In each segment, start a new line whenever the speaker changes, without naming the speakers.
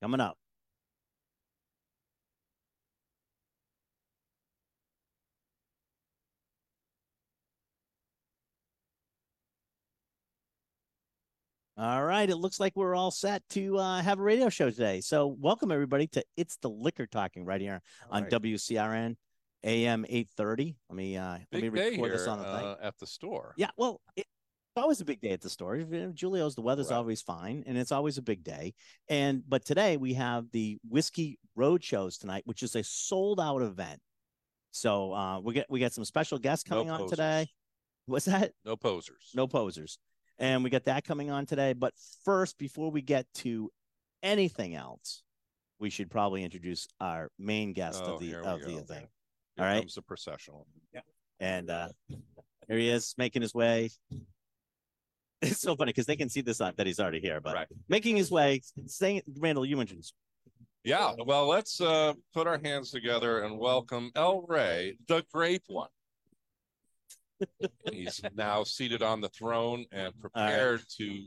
coming up. All right, it looks like we're all set to uh, have a radio show today. So, welcome everybody to It's the Liquor Talking right here on
Alright.
WCRN AM 830. Let me uh, let me
Big day
record
here
this on the thing.
uh, at the store.
Yeah, well, it, it's always a big day at the store. You know, Julio's, the weather's
Right.
always fine, and it's always a big day. And but today we have the whiskey road shows tonight, which is a sold out event. So uh, we get we got some special guests
No
coming on
posers.
today. What's that?
No posers.
no posers. And we got that coming on today. But first, before we get to anything else, we should probably introduce our main guest
Oh,
of the
here we
of
go.
the thing. all
Here
right.
comes the processional.
And uh here he is making his way. It's so funny because they can see this on that he's already here, but
Right.
making his way, saying Randall, you introduce.
Yeah. Well, let's uh, put our hands together and welcome El Ray, the Great One. He's now seated on the throne and
right.
prepared to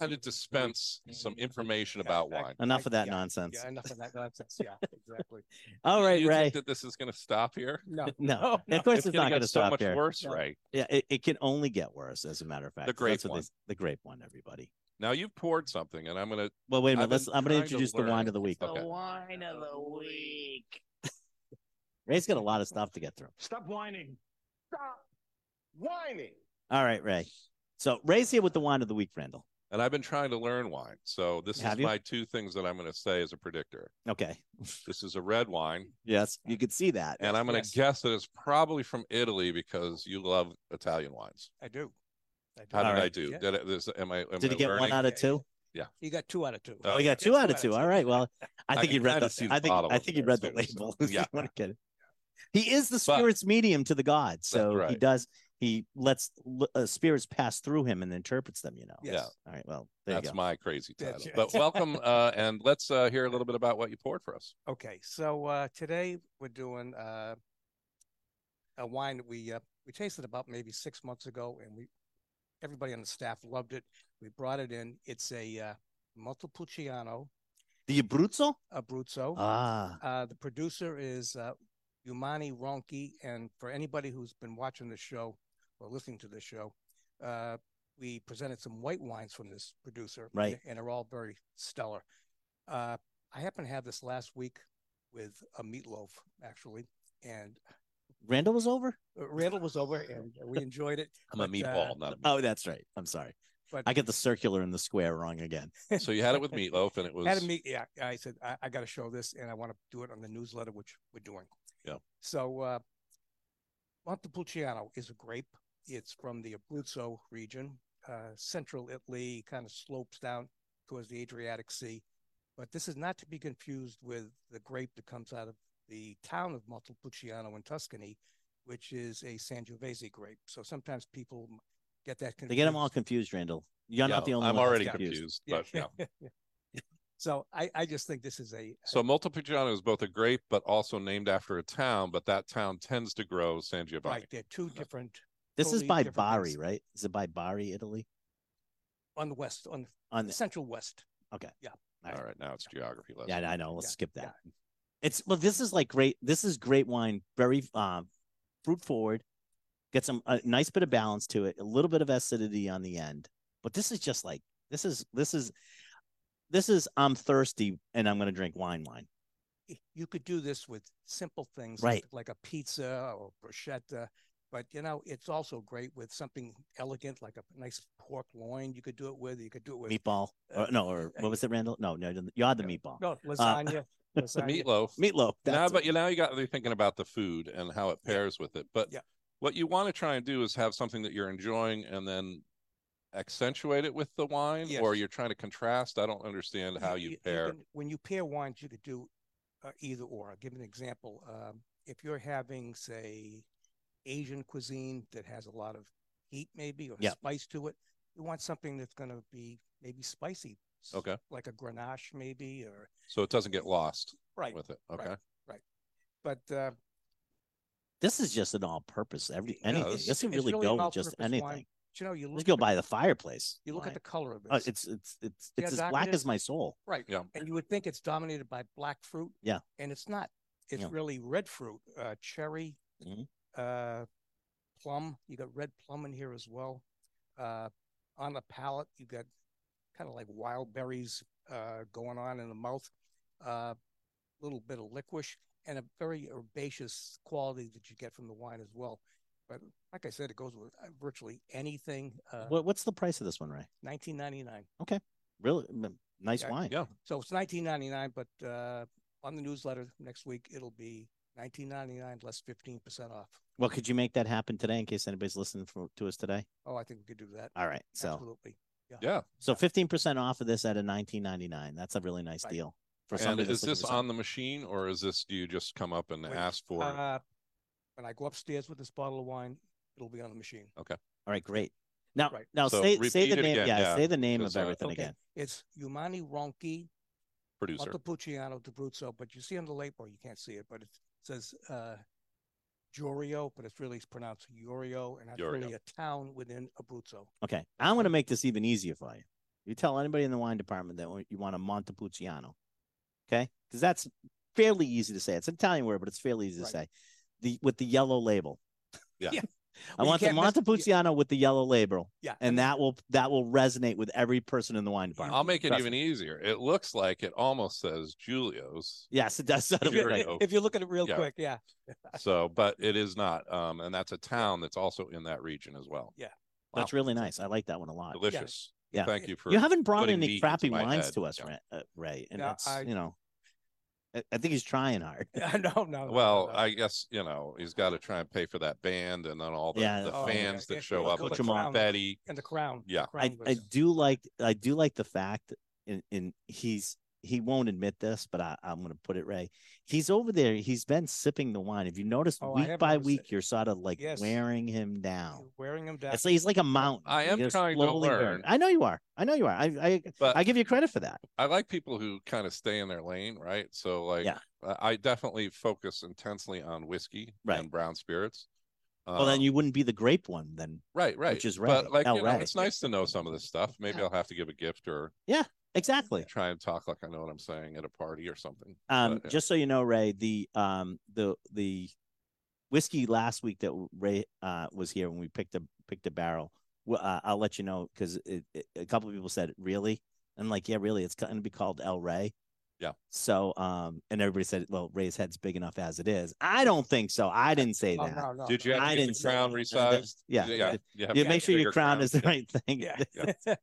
kind of dispense some information about wine.
Enough of that
Yeah,
nonsense.
Yeah, enough of that nonsense. Yeah, exactly.
All right,
you
Ray.
think that this is going to stop here?
No,
no,
no, no.
of course it's,
gonna
not
get
going to
so
stop
much
here.
worse,
No.
Ray.
Yeah, it, it can only get worse, as a matter of fact.
grape
That's what they-
one.
the grape one, everybody.
Now you've poured something, and I'm going to
Well, wait a minute.
I've
Let's,
been
I'm going to
trying to
introduce the wine
learn.
of the week.
The Okay.
wine of the week.
Ray's got a lot of stuff to get through.
Stop whining. Stop whining.
All right, Ray. So Ray's here with the wine of the week, Randall.
and I've been trying to learn wine. So this
Have
is
you?
my two things that I'm going to say as a predictor.
Okay.
This is a red wine,
Yes, you could see that.
and I'm going to
Yes.
guess that it's probably from Italy because you love Italian wines.
I do. I do.
How did I
Alright.
do?
Yeah.
Did I, this, am I? Am
Did
I
you get one
learning?
out of two?
You got two out of two.
Oh,
Oh, you got two out of two. All right. Well, I
I
think
can
you read
kinda
the.
see the
I think
bottle
I
of
think you
it
read the
too, so-
label.
Yeah.
You wanna get it. He is the
But-
spirit's medium to the god, so he
right.
does. He lets l- uh, spirits pass through him and interprets them. You know.
Yes.
yeah.
All right. Well, there
That's
you go.
my crazy title.
That's it.
But welcome, uh, and let's uh, hear a little bit about what you poured for us.
Okay, so uh, today we're doing uh, a wine that we uh, we tasted about maybe six months ago, and we everybody on the staff loved it. We brought it in. It's a uh, Montepulciano
the Abruzzo.
Oh.
Abruzzo.
Ah.
Uh, the producer is uh, Umani Ronki, and for anybody who's been watching the show or listening to the show, uh, we presented some white wines from this producer, and-
Right.
And they're all very stellar. Uh, I happened to have this last week with a meatloaf, actually, and
Randall was over.
uh, Randall was over, and we enjoyed it.
I'm a
But, uh,
meatball, not a meat.
Oh, that's right. I'm sorry.
But-
I get the circular and the square wrong again.
so you had it with meatloaf, and it was
Had a meet, yeah. I said I, I got to show this, and I want to do it on the newsletter, which we're doing.
Yeah.
So uh, Montepulciano is a grape. It's from the Abruzzo region, uh, central Italy, kind of slopes down towards the Adriatic Sea. But this is not to be confused with the grape that comes out of the town of Montepulciano in Tuscany, which is a Sangiovese grape. So sometimes people m- get that confused.
They get them all confused, Randall. You're
yeah,
not the only
I'm
one that's
already
got it.
confused.
confused,
Yeah.
but yeah.
So I, I just think this is a
So Multipigiano is both a grape, but also named after a town. But that town tends to grow Sangiovese.
right. They're two different
This is
totally
by
different
Bari,
things.
right? Is it by Bari, Italy?
on the west, on
On
the
the,
central west.
All right, now it's geography lesson.
yeah, I know. Let's
yeah,
skip
yeah.
that. It's well, this is like great. This is great wine, very uh, fruit forward. Get some a nice bit of balance to it, a little bit of acidity on the end. But this is just like this is this is this is I'm thirsty and I'm gonna drink wine wine.
Y- You could do this with simple things
Right.
like a pizza or bruschetta, but you know, it's also great with something elegant like a nice pork loin. You could do it with, you could do it with
Meatball,
uh,
or, no, or what was it, Randall? No, no, you had the meatball,
no lasagna. lasagna.
Meatloaf.
meatloaf.
now,
That's
but
it.
you now you got me thinking about the food and how it
Yeah.
pairs with it. But
Yeah.
what you want to try and do is have something that you're enjoying and then accentuate it with the wine, or
Yes.
you're trying to contrast. I don't understand how you, pair.
can- when you pair wines, you could do uh, either or. I'll give an example. Um, if you're having, say, Asian cuisine that has a lot of heat, maybe or
Yeah.
spice to it, you want something that's going to be maybe spicy. s-
Okay.
like a Grenache, maybe, or
so it doesn't get lost
right.
with it.
right.
Okay,
But uh,
this is just an all-purpose every
Yeah,
anything.
this-
this could
it's
really
really an
go with just
all-purpose wine.
anything.
you know, you
Let's
look
go
at the-
by the fireplace.
You look at
Why?
the color of it.
Oh, it's it's it's
Yeah,
it's as
Doc, it
black
is.
as my soul.
right.
Yeah.
And you would think it's dominated by black fruit.
Yeah.
And it's not. It's
Yeah.
really red fruit, uh, cherry,
Mhm.
uh, plum. You got red plum in here as well. Uh, on the palate, you got kind of like wild berries uh, going on in the mouth. A little bit of licorice and a very herbaceous quality that you get from the wine as well. But like I said, it goes with uh, virtually anything. Uh,
What what's the price of this one, Ray?
1999.
Really mm, nice
Yeah,
wine.
yeah.
So it's nineteen ninety nine, but uh, on the newsletter next week it'll be nineteen ninety nine less fifteen percent off.
Well, could you make that happen today in case anybody's listening for, to us today?
Oh, I think we could do that.
All right. So
Absolutely.
Yeah.
so fifteen percent off of this at a nineteen ninety nine. That's a really nice
Right.
deal for
and
somebody.
is
that's looking
this
for something.
on the machine or is this do you just come up and
Wait,
ask for it?
Uh, when I go upstairs with this bottle of wine, it'll be on the machine.
All right, great. Now,
Right.
now
So
say say
repeat
the
it
name.
again,
yeah,
yeah,
say the name of
because, uh,
everything
okay.
again.
It's Umani Ronchi
producer?
Montepulciano d'Abruzzo, but you see on the label you can't see it, but it says uh, Jorio, but it's really pronounced Yorio, and that's
Yorio.
really a town within Abruzzo.
Okay, I'm going to make this even easier for you. You tell anybody in the wine department that you want a Montepulciano, okay? Because that's fairly easy to say. It's an Italian word, but it's fairly easy
Right.
to say. The with the yellow label.
Yeah.
Yeah.
I
Well, you
want the
can't miss-
Montepulciano with the yellow label,
Yeah,
and that will that will resonate with every person in the wine department.
I'll make it
Trust
even
me.
easier. It looks like it almost says Julio's.
Yes, it does. Sound
if you,
Sure.
right.
Jorio.
if you look at it real
Yeah.
quick, yeah,
So, but it is not. Um, and that's a town that's also in that region as well.
That's really nice. I like that one a lot.
Delicious.
Yeah.
Thank you for
You haven't brought
putting meat
any
into
crappy
my
wines
head.
to us,
Yeah.
Ray, uh, Ray, and
No,
that's
I-
you know, I, I think he's trying hard.
no, no, no, no,
Well,
no.
I guess you know he's got to try and pay for that band and then all the,
Yeah.
the
Oh, yeah.
fans
Yeah,
that show
yeah,
up,
Coach
with
Jamal.
Betty.
and the crown. the
Yeah.
I,
crown
I
was-
do like I do like the fact, and, and he's he won't admit this, but I, I'm going to put it Ray. He's over there. He's been sipping the wine. If you notice,
Oh, I
week
have
by
noticed
week,
it.
you're sort of like
Yes.
wearing him down.
You're wearing them down.
It's like he's like a mountain.
I am
You're
trying to
slowly
learn. Uh,
burned. I know you are. I know you are. I I,
But
I give you credit for that.
I like people who kind of stay in their lane, right? So like,
Yeah.
I- I definitely focus intensely on whiskey
Right.
and brown spirits. Um,
well, then you wouldn't be the grape one then.
right, right,
is
But
Ray,
like,
El
you know,
Ray.
it's nice to know some of this stuff. Maybe
Yeah.
I'll have to give a gift or
Exactly.
try and talk like I know what I'm saying at a party or something.
Um,
But, yeah.
just so you know, Ray, the um the the whiskey last week that Ray uh was here when we picked a picked a barrel. w- Uh, I'll let you know because it, it, a couple of people said really. I'm like, yeah, really. It's going to be called El Rey.
Yeah.
So, um, and everybody said, well, Ray's head's big enough as it is. I don't think so. I didn't say
Oh,
that.
no, no,
Did
no.
you have
I
to get
didn't
the
say
crown
Uh,
resized?
Yeah.
yeah. You have
You make
to get a
sure your
bigger
crown is the
yeah.
right thing.
Yeah.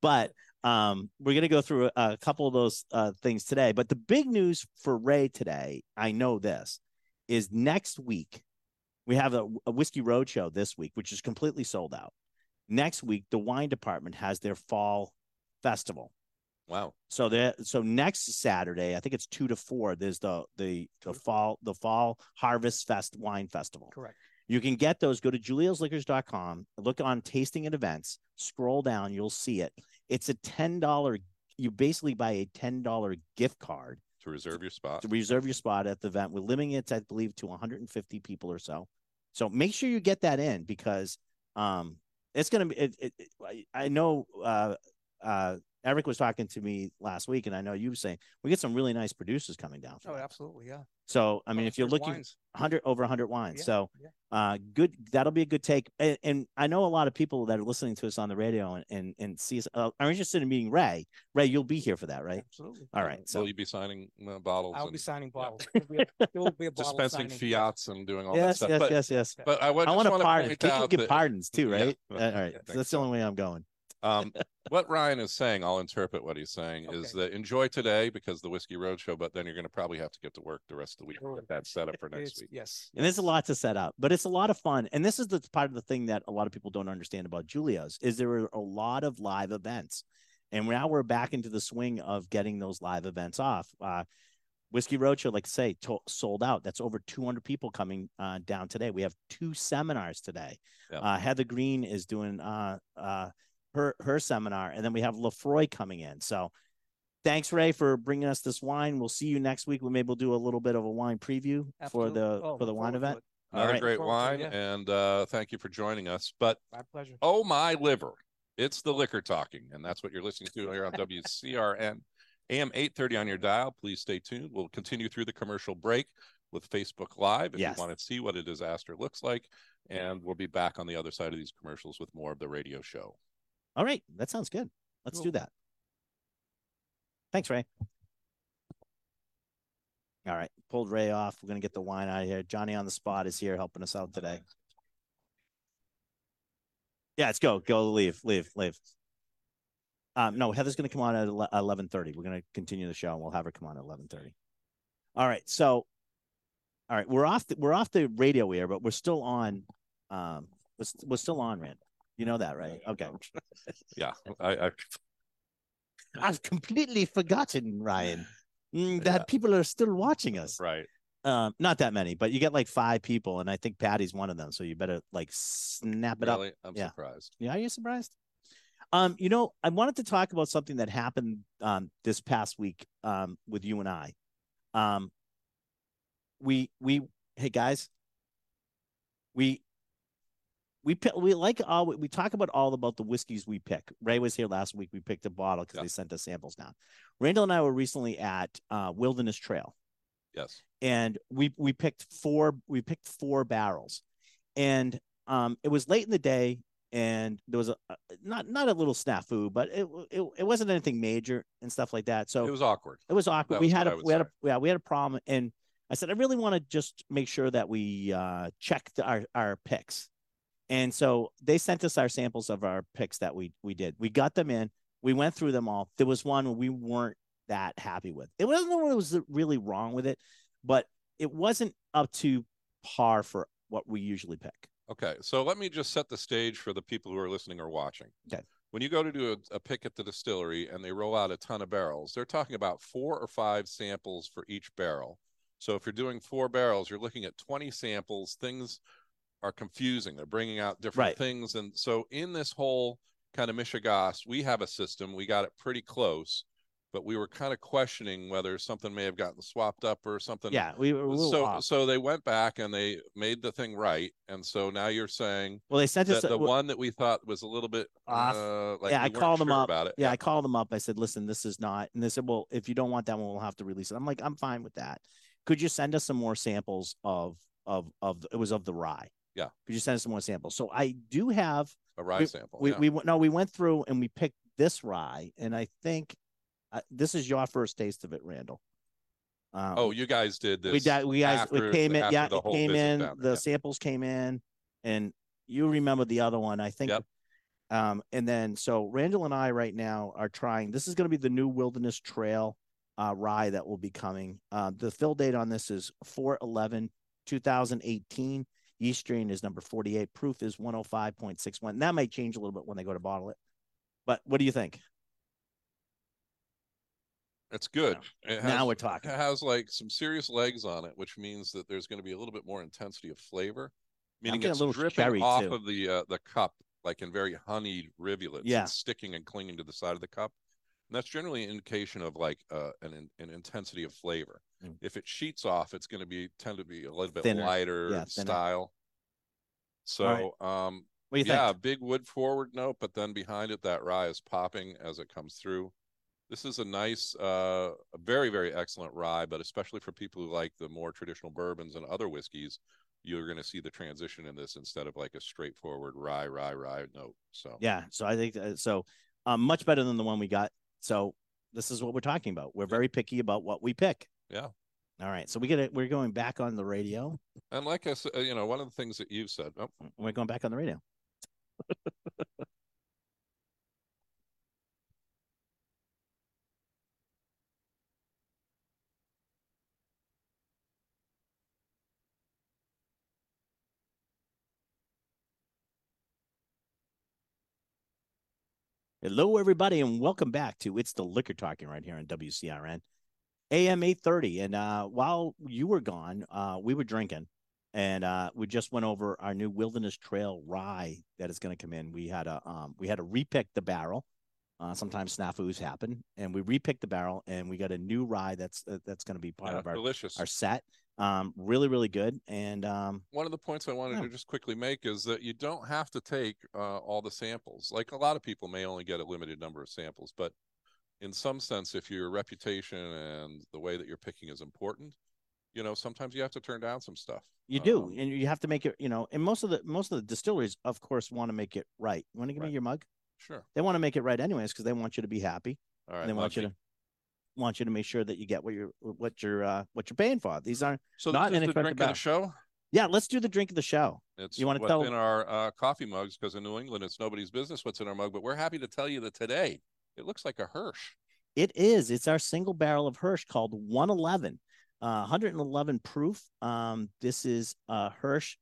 But um, we're going to go through a, a couple of those uh, things today. But the big news for Ray today, I know this, is next week we have a, a whiskey roadshow this week, which is completely sold out. Next week, the wine department has their fall festival.
Wow.
So there, so next Saturday, I think it's two to four. There's the the the
Two to-
fall the fall harvest fest wine festival.
Correct.
You can get those. Go to juliosliquors.com, look on tasting and events, scroll down, you'll see it. It's a $10, you basically buy a $10 gift card
To reserve your spot.
to reserve your spot at the event. We're limiting it, to, I believe, to 150 people or so. So make sure you get that in because um, it's going to be, it, it, it, I- I know uh, uh, Eric was talking to me last week, and I know you were saying we get some really nice producers coming down. for
Oh,
that.
absolutely. Yeah.
So, I mean,
Oh,
if you're
there's
looking,
wines.
100 over 100 wines.
Yeah,
So,
yeah.
uh, good. That'll be a good take. And, and I know a lot of people that are listening to us on the radio and and, and see us uh, are interested in meeting Ray. Ray, you'll be here for that, right?
Absolutely.
All right. So,
Will you be signing uh, bottles
I'll
and
be signing
yeah.
bottles. There'll be a- There will be a bottle
dispensing
signing.
fiats and doing all that
yes,
stuff?
yes,
but,
yes, yes.
Yeah.
but I, would
I
just
want a
wanna
pardon.
point
People
out
give
that-
pardons too,
Yeah,
right?
I
Uh, all right.
think
So that's
so.
the only way I'm going.
Um, what Ryan is saying, I'll interpret what he's saying, is
Okay.
that enjoy today because the Whiskey Roadshow, but then you're going to probably have to get to work the rest of the week. to
Sure.
Get that set up for next
It's-
week.
Yes.
And there's a lot to set up, but it's a lot of fun. And this is the part of the thing that a lot of people don't understand about Julio's is there are a lot of live events. And now we're back into the swing of getting those live events off. Uh, Whiskey Roadshow, like I say, to- sold out. That's over 200 people coming uh, down today. We have two seminars today.
Yeah.
Uh, Heather Green is doing uh, uh, her her seminar, and then we have Lefroy coming in. So thanks, Ray, for bringing us this wine. We'll see you next week. We maybe we'll do a little bit of a wine preview for
Absolutely.
the
Oh,
for the
look
wine
forward to
event.
it.
Another
right.
great
Well,
wine,
yeah.
and uh, thank you for joining us. But
My pleasure.
oh my liver, it's the liquor talking, and that's what you're listening to here on WCRN AM 830 on your dial. Please stay tuned. We'll continue through the commercial break with Facebook Live if
Yes.
you want to see what a disaster looks like, and we'll be back on the other side of these commercials with more of the radio show.
All right, that sounds good. Let's do
Cool.
that. Thanks, Ray. All right, pulled Ray off. We're gonna get the wine out of here. Johnny on the spot is here helping us out today. Yeah, let's go. Go leave, leave, leave. Um, no, Heather's gonna come on at eleven thirty. We're gonna continue the show, and we'll have her come on at eleven thirty. All right, so, all right, we're off. The, we're off the radio air, but we're still on. Um, we're, st- we're still on, Rand. You know that, right? Okay.
Yeah, I, I
I've completely forgotten, Ryan, mm, that
Yeah.
people are still watching us.
right.
Um, not that many, but you get like five people, and I think Patty's one of them. So you better like snap it up.
Really, I'm
Yeah.
surprised.
Yeah, are you surprised? Um, you know, I wanted to talk about something that happened um this past week um with you and I. Um we we hey guys, we we pi- we like all we talk about all about the whiskeys we pick. Ray was here last week. We picked a bottle because
Yeah.
they sent us samples down. Randall and I were recently at uh, Wilderness Trail
Yes.
and we we picked four we picked four barrels and um it was late in the day and there was a a- not not a little snafu but it it, it wasn't anything major and stuff like that so
It was awkward.
it was awkward.
That
We
was
had
what I
a
would
we had a yeah, we had a problem and I said I really want to just make sure that we uh check the, our our picks. And so they sent us our samples of our picks that we we did. We got them in. We went through them all. There was one we weren't that happy with. It wasn't what was really wrong with it, but it wasn't up to par for what we usually pick.
Okay, so let me just set the stage for the people who are listening or watching.
Okay.
When you go to do a, a pick at the distillery and they roll out a ton of barrels, they're talking about four or five samples for each barrel. So if you're doing four barrels, you're looking at 20 samples. Things are confusing. They're bringing out different
Right.
things. And so in this whole kind of Michigas, we have a system. We got it pretty close, but we were kind of questioning whether something may have gotten swapped up or something
Yeah, we were a little
so
off.
so they went back and they made the thing right and so now you're saying
Well, they sent
that
us
the
a-
one that we thought was a little bit
Off.
uh, like
uh, Yeah,
we
I
weren't
called them
sure
up.
about it
yeah, I called them up. I said, listen, this is not. And they said, well, if you don't want that one, we'll have to release it. I'm like, I'm fine with that. Could you send us some more samples of of of it was of the rye?
Yeah.
Could you send us some more samples? So I do have.
a rye sample
We
Oh, yeah.
we went- no, we went through and we picked this rye, and I think uh, this is your first taste of it, Randall. Um,
oh you guys did this
we di- we guys
after-
it came in.
after
Yeah,
the
it
whole
came
visit
in.
down
The
there, yeah.
samples came in, and you remember the other one, I think.
Yep.
Um, and then so Randall and I right now are trying. This is going to be the new Wilderness Trail uh, rye that will be coming. Uh, the fill date on this is 4 11 2018. Yeast strain is number 48. Proof is 105.61. And that might change a little bit when they go to bottle it. But what do you think?
it's good it has,
now we're
it
talking.
has like some serious legs on it which means that there's going to be a little bit more intensity of flavor meaning
getting a
it's
little cherry,
dripping off
too.
of the uh, the cup like in very honeyed rivulets
Yeah.
and sticking and clinging to the side of the cup and that's generally an indication of like uh, an in- an intensity of flavor.
Mm.
If it sheets off, it's going to be tend to be a little bit
Thinner.
lighter
Yeah,
in
thinner.
style.
right.
So, um,
What do you
yeah,
think?
big wood forward note, but then behind it, that rye is popping as it comes through. This is a nice, uh, a very very excellent rye, but especially for people who like the more traditional bourbons and other whiskeys, you're going to see the transition in this instead of like a straightforward rye rye rye note. So
Yeah. So I think uh, so. Um, much better than the one we got. So this is what we're talking about. We're very picky about what we pick.
Yeah.
All right. So we get it. We're going back on the radio.
and like I said, you know, one of the things that you've said, oh,
We're going back on the radio. Hello, everybody, and welcome back to It's the Liquor Talking right here on WCRN AM 830. And uh, while you were gone, uh, we were drinking and uh, we just went over our new Wilderness Trail rye that is going to come in. We had a um, we had to repick the barrel. Uh, sometimes snafus happen, and we repicked the barrel, and we got a new rye that's uh, that's going to be part
yeah,
of our
delicious.
our set. Um, really, really good. And um,
one of the points I wanted
Yeah.
to just quickly make is that you don't have to take uh, all the samples. Like a lot of people may only get a limited number of samples, but in some sense, if your reputation and the way that you're picking is important, you know, sometimes you have to turn down some stuff.
you do,
Um,
and you have to make it. You know, and most of the most of the distilleries, of course, want to make it right. You want to give
Right.
me your mug?
sure.
They want to make it right anyways because they want you to be happy.
All right.
and they want you
Muggsy.
to want you to make sure that you get what you're what you're uh, what you're paying for. These aren't.
so
not
this is the
inexpensive
drink of the
bath.
show.
Yeah, let's do the drink of the show.
It's
You wanna
what's
tell-
in our uh, coffee mugs because in New England, it's nobody's business what's in our mug. But we're happy to tell you that today it looks like a Hirsch.
It is. It's our single barrel of Hirsch called 111, uh, 111 proof. Um, this is uh, Hirsch.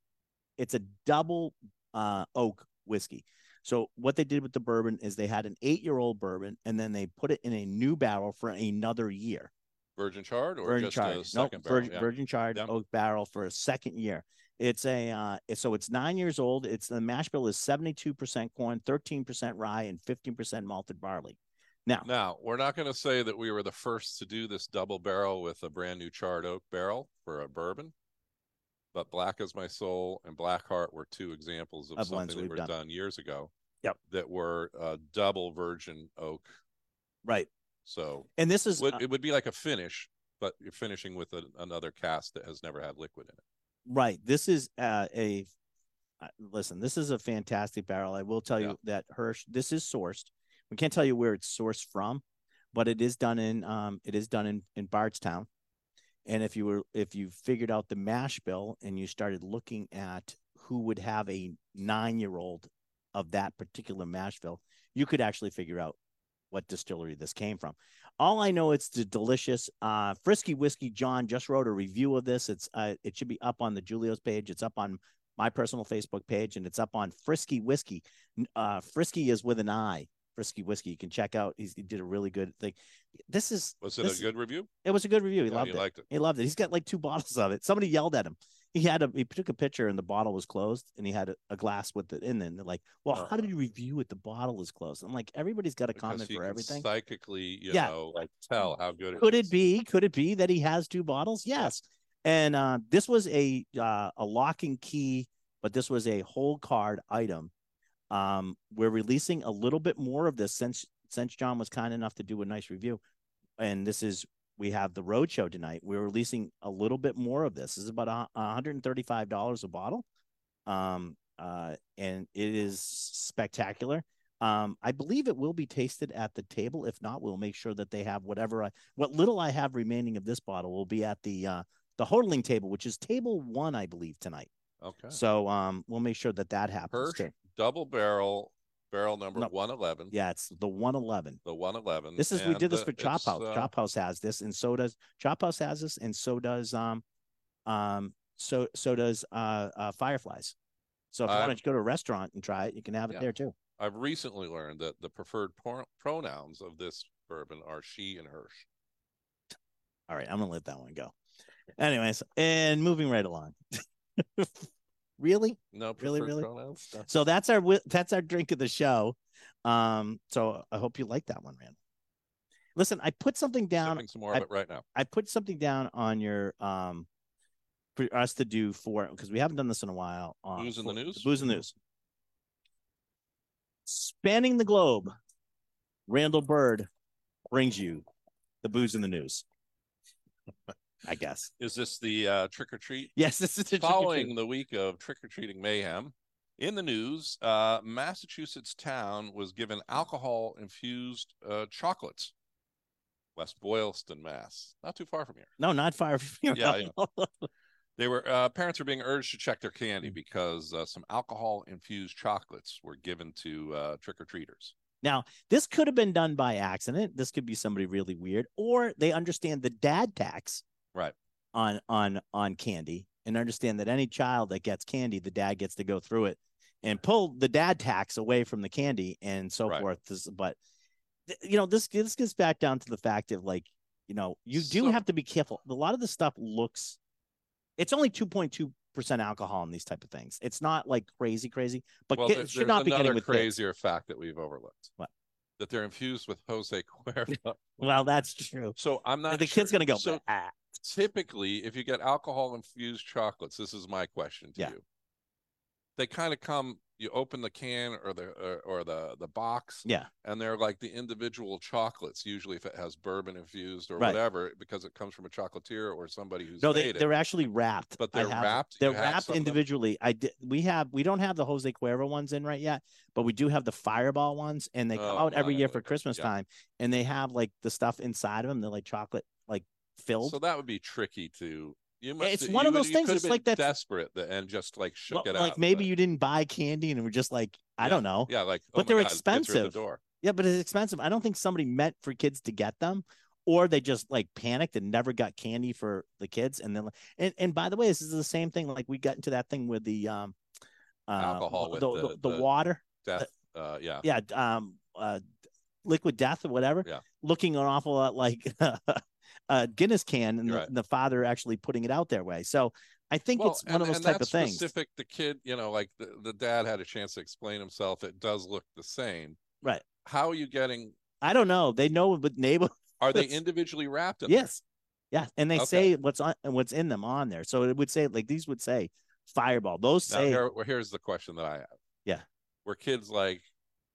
It's a double uh, oak whiskey. So what they did with the bourbon is they had an eight-year-old bourbon, and then they put it in a new barrel for another year.
Virgin charred or
virgin
just
charred.
a
No,
second barrel?
virgin,
Yeah.
virgin charred
Yeah.
oak barrel for a second year. It's a uh, it- so it's nine years old. It's the mash bill is seventy two percent corn, thirteen percent rye, and fifteen percent malted barley. Now,
Now, we're not going to say that we were the first to do this double barrel with a brand new charred oak barrel for a bourbon, but Black as My Soul and Black Heart were two examples of,
Of ones
something that
we've
were
done.
done. years ago.
Yep.
That were uh, double virgin oak.
right,
So
and this is
would,
uh,
it would be like a finish, but you're finishing with a, another cast that has never had liquid in it.
right. This is uh, a uh, listen. This is a fantastic barrel. I will tell
Yeah.
you that Hirsch. This is sourced. We can't tell you where it's sourced from, but it is done in um, it is done in in Bardstown. And if you were if you figured out the mash bill and you started looking at who would have a nine year old of that particular mash bill, you could actually figure out what distillery this came from. All I know it's the delicious uh, Frisky Whiskey. John just wrote a review of this. It's uh, it should be up on the Julio's page. It's up on my personal Facebook page and it's up on Frisky Whiskey. N- Uh, Frisky is with an I. Frisky Whiskey. You can check out. He's, he did a really good thing. This is
Was it
This-
a good review?
it was a good review. He
Yeah,
loved
you
it.
liked it.
He loved it. He's got like two bottles of it. Somebody yelled at him. He had a he took a picture and the bottle was closed and he had a, a glass with it in it. And they're like, well, how
Oh.
did you review it? The bottle is closed. I'm like, everybody's got a
Because
comment
he
for
can
everything.
psychically, you
Yeah.
know, like tell how good it
Could
is.
it be? Could it be that he has two bottles? Yes. And uh, this was a uh, a lock and key, but this was a whole card item. Um, we're releasing a little bit more of this since since John was kind enough to do a nice review, and this is we have the road show tonight. We're releasing a little bit more of this. This is about a hu- $135 a bottle. Um, uh, and it is spectacular. Um, I believe it will be tasted at the table. If not, we'll make sure that they have whatever I, what little I have remaining of this bottle will be at the, uh, the hodling table, which is table one, I believe tonight.
Okay.
So, um, we'll make sure that that happens
Hirsch?
too.
Double barrel, barrel number
No.
111.
Yeah. It's the 111.
the 111.
This is we
and,
did this
uh,
for Chop
it's,
House.
uh,
Chop House has this, and so does Chop House has this, and so does um, um, so so does uh, uh Fireflies. So if you
I-
want to go to a restaurant and try it, you can have it
Uh, Yeah.
there too.
I've recently learned that the preferred por- pronouns of this bourbon are she and Hirsch.
All right, I'm gonna let that one go. Anyways, and moving right along. really?
No,
Really,
preferred
really?
pronouns. No.
So that's our wi- that's our drink of the show. Um, so I hope you like that one, man. Listen, I put something down
Sipping some more of
I-
it right now.
I put something down on your um for us to do for because we haven't done this in a while. Uh,
Booze in the
for-
news?
Booze in the news. Spanning the globe, Randall Bird brings you the booze in the news. I guess.
Is this the uh, trick or treat?
Yes, this is the trick or
Following
treat.
the week of trick or treating mayhem, in the news, uh, Massachusetts town was given alcohol infused uh, chocolates. West Boylston, Mass. Not too far from here.
No, not fire.
Yeah, They were uh, parents were being urged to check their candy
Mm.
because uh, some alcohol infused chocolates were given to uh, trick or treaters.
This could have been done by accident. This could be somebody really weird, or they understand the dad tax,
Right.
On on on candy, and understand that any child that gets candy, the dad gets to go through it and pull the dad tax away from the candy and so
Right.
forth. This, but th- you know, this this gets back down to the fact of like, you know, you do
So-
have to be careful. A lot of the stuff looks. It's only two point two percent alcohol in these type of things. It's not like crazy, crazy, but
well,
get-
there-
should
there's
not be
another
getting with kids.
crazier fact that we've overlooked.
What?
That they're infused with Jose Cuervo.
Well, that's true.
so I'm not.
the
sure.
kid's gonna go.
So
"Ah."
typically, if you get alcohol infused chocolates, this is my question to
Yeah.
you. They kind of come. You open the can or the or, or the the box,
Yeah.
and they're like the individual chocolates. Usually, if it has bourbon infused or
Right.
whatever, because it comes from a chocolatier or somebody who's
No,
made
they
it.
they're actually wrapped.
But
I
they're
have-
wrapped?
They're
You have
wrapped
some of them?
individually. I did. We have. We don't have the Jose Cuervo ones in right yet, but we do have the Fireball ones, and they come
Oh,
out
well,
every
I
year
would-
for Christmas
yeah.
time. And they have like the stuff inside of them. They're like chocolate, like filled.
So that would be tricky to. You must.
It's
you
one of
would-
those
you
things,
could have
it's
been
like that's-
desperate th- and just like shook
Well,
it
like
out.
maybe
but-
you didn't buy candy and were just like, I don't know.
Yeah, like. oh
but
my
they're
God, kids are at
expensive.
The door.
Yeah, but it's expensive. I don't think somebody meant for kids to get them, or they just like panicked and never got candy for the kids. And then, like- and and by the way, this is the same thing. Like we got into that thing with the um, uh,
Alcohol
wa-
with
the,
the-
the, the
the-
water,
Death. Uh, yeah.
yeah, d- um, uh, liquid death or whatever.
Yeah.
looking an awful lot like a Guinness can, and the,
You're right.
the father actually putting it out their way. So I think it's one
and-
of those
and
type of
that's
things,
Specific, the kid, you know, like the, the dad had a chance to explain himself. It does look the same.
right?
How are you getting?
I don't know. They know with neighbor.
Are they
That's-
individually wrapped? In there?
Yes. Yeah. And they
Okay.
say what's on and what's in them on there. So it would say like these would say fireball. Those
Now,
say
here, well, here's the question that I have.
Yeah.
Where kids like,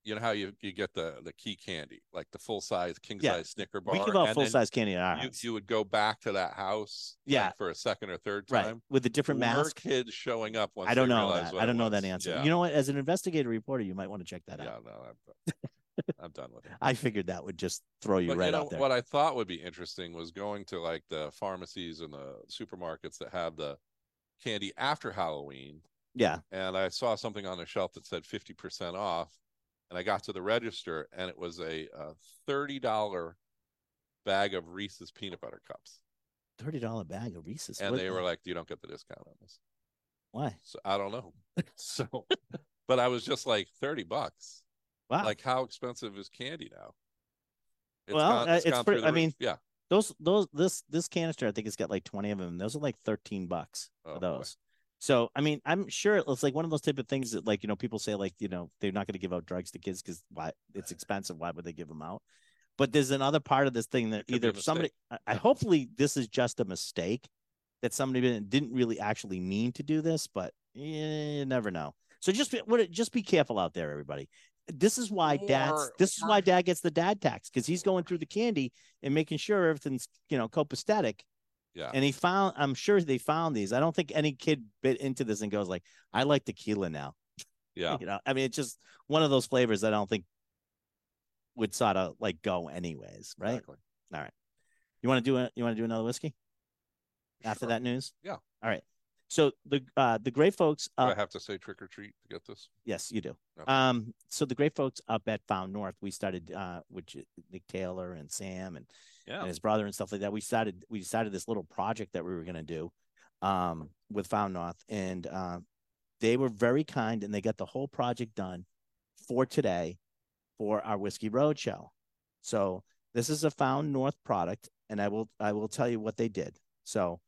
you know how you, you get the the key candy, like the full size king
Yeah.
size Snicker bar.
we give out
and
full
then
size candy in our
You,
house.
you would go back to that house, like,
Yeah.
for a second or third
right.
time.
With a different
Were
mask.
kids showing up. Once
I don't
they
know
realized
that.
what
I
it
don't know that
was?
answer.
Yeah.
You know what? As an investigative reporter, you might want to check that
yeah,
out.
no, I'm, I'm done with it.
I figured that would just throw you
But
right
you know
out there.
what I thought would be interesting was going to like the pharmacies and the supermarkets that have the candy after Halloween,
yeah.
and I saw something on the shelf that said fifty percent off, and I got to the register and it was a, uh thirty dollar bag of Reese's peanut butter cups,
Thirty dollar bag of Reese's.
and
What-
they were like, "You don't get the discount on this."
why?
So I don't know. so, but I was just like thirty bucks.
Wow.
Like, how expensive is candy now?
Well, uh, it's
through
pretty-
the
I
roof.
mean,
yeah.
those those this this canister, I think it's got like twenty of them. Those are like thirteen bucks.
Oh,
for
boy.
those. So I mean, I'm sure it's like one of those type of things that like you know people say like you know they're not going to give out drugs to kids because why it's expensive. Why would they give them out? But there's another part of this thing that
It could be
either
a
somebody, I, I hopefully this is just a mistake that somebody didn't, didn't really actually mean to do this, but eh, you never know. So just be, what just be careful out there, everybody. This is why dad's.
Or-
This is
or-
why dad gets the dad tax because he's going through the candy and making sure everything's you know copacetic
Yeah.
and he found i'm sure they found these i don't think any kid bit into this and goes like i like tequila now
Yeah.
you know i mean it's just one of those flavors that i don't think would sort of like go anyways right
Exactly.
you want to do a, you want to do another whiskey after
Sure.
that news
Yeah.
all right so the uh the great folks
Do
uh,
I have to say trick or treat to get this?
Yes, you do.
Okay.
Um, so the great folks up at Found North, we started uh which Nick Taylor and Sam and,
Yeah.
and his brother and stuff like that. We started we started this little project that we were gonna do um with Found North and um they were very kind and they got the whole project done for today for our Whiskey Road show. So this is a Found North product, and I will I will tell you what they did. So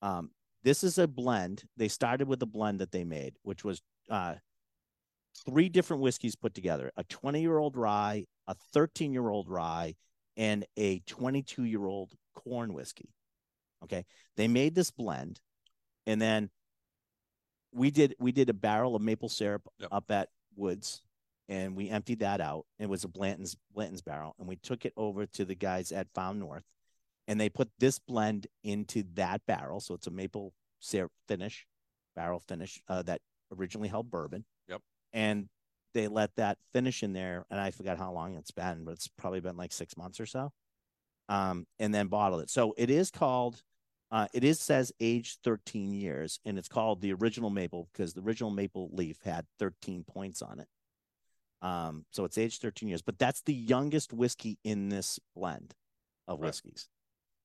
um this is a blend. They started with a blend that they made, which was uh three different whiskeys put together a 20 year old rye, a 13 year old rye, and a 22 year old corn whiskey. Okay. They made this blend and then we did we did a barrel of maple syrup
Yep.
up at Woods and we emptied that out. It was a Blanton's Blanton's barrel and we took it over to the guys at Found North and they put this blend into that barrel so it's a maple syrup finish barrel finish uh, that originally held bourbon and they let that finish in there and i forgot how long it's been but it's probably been like six months or so um and then bottled it so it is called uh it is says age 13 years and it's called the original maple because the original maple leaf had 13 points on it um so it's age 13 years but that's the youngest whiskey in this blend of
Right.
whiskeys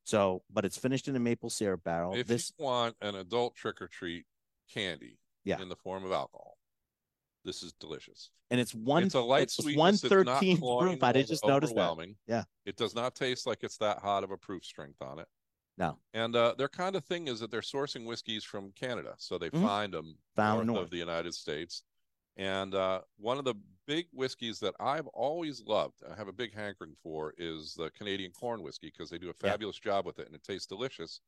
so but it's finished in a maple syrup barrel
if
this
you want an adult trick or treat candy
Yeah.
in the form of alcohol, this is delicious.
and it's one
it's a light
it's
sweetness.
one
It's not
13
cloying
proof i
or
did just notice that
overwhelming.
Yeah.
It does not taste like it's that hot of a proof strength on it.
No.
And uh, their kind of thing is that they're sourcing whiskeys from Canada. So they
Mhm.
find them
Found
north
north.
of the United States. And uh, one of the big whiskeys that I've always loved, I have a big hankering for, is the Canadian corn whiskey because they do a
Yeah.
fabulous job with it and it tastes delicious.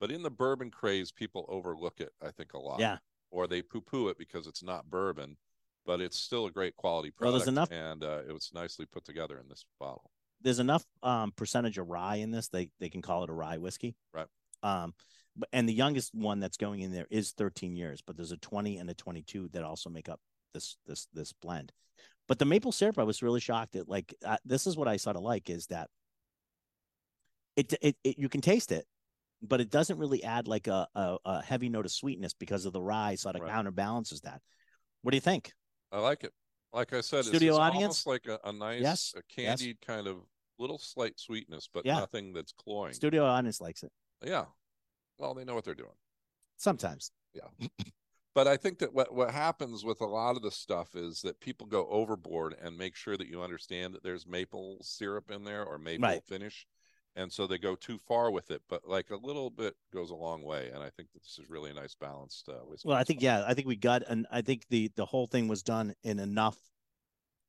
But in the bourbon craze, people overlook it, I think, a lot.
Yeah.
Or they poo poo it because it's not bourbon, but it's still a great quality product.
Well, there's enough-
And uh, it was nicely put together in this bottle.
there's enough um percentage of rye in this they they can call it a rye whiskey
Right.
um but, and the youngest one that's going in there is 13 years but there's a 20 and a 22 that also make up this this this blend but the maple syrup i was really shocked at like uh, this is what i sort of like is that it, it it you can taste it but it doesn't really add like a a, a heavy note of sweetness because of the rye sort of
Right.
counterbalances that what do you think
I like it. Like I said, it's,
Studio
it's
audience?
almost like a, a nice,
Yes,
a candied kind of little slight sweetness, but
Yeah.
nothing that's cloying.
studio audience likes it
yeah. Well, they know what they're doing.
sometimes
but I think that what what happens with a lot of the stuff is that people go overboard and make sure that you understand that there's maple syrup in there or maple
Right.
finish, and so they go too far with it. But like a little bit goes a long way, and I think that this is really a nice balanced uh, whiskey.
Well, I think yeah, I think we got and I think the the whole thing was done in enough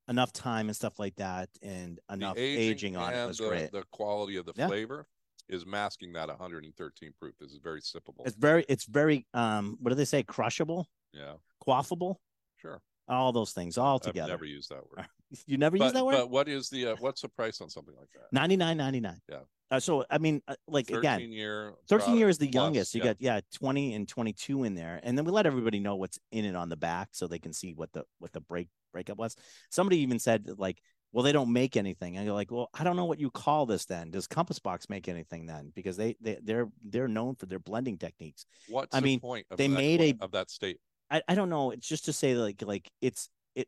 enough time and stuff like that and
The
enough aging, on it
and
was
the,
great.
The quality of the
Yeah.
flavor is masking that 113 proof. This is very sippable.
it's very it's very um what do they say crushable,
yeah,
quaffable,
sure.
all those things all
I've
together.
never used that word.
you never
but,
use that word?
but what is the uh, what's the price on something like that?
99.99.
Yeah.
Uh, so I mean uh, like
13
again
year
13
product
years the
plus,
youngest. You
yeah.
got yeah, 20 and 22 in there. And then we let everybody know what's in it on the back so they can see what the what the break breakup was. Somebody even said that, like, well, they don't make anything. And you're like, well, I don't know what you call this then. Does Compass Box make anything then? Because they they they're they're known for their blending techniques.
What's
I
the
mean,
point of
they
that
made
point-
a-
of that state?
I, I don't know. It's just to say like like it's it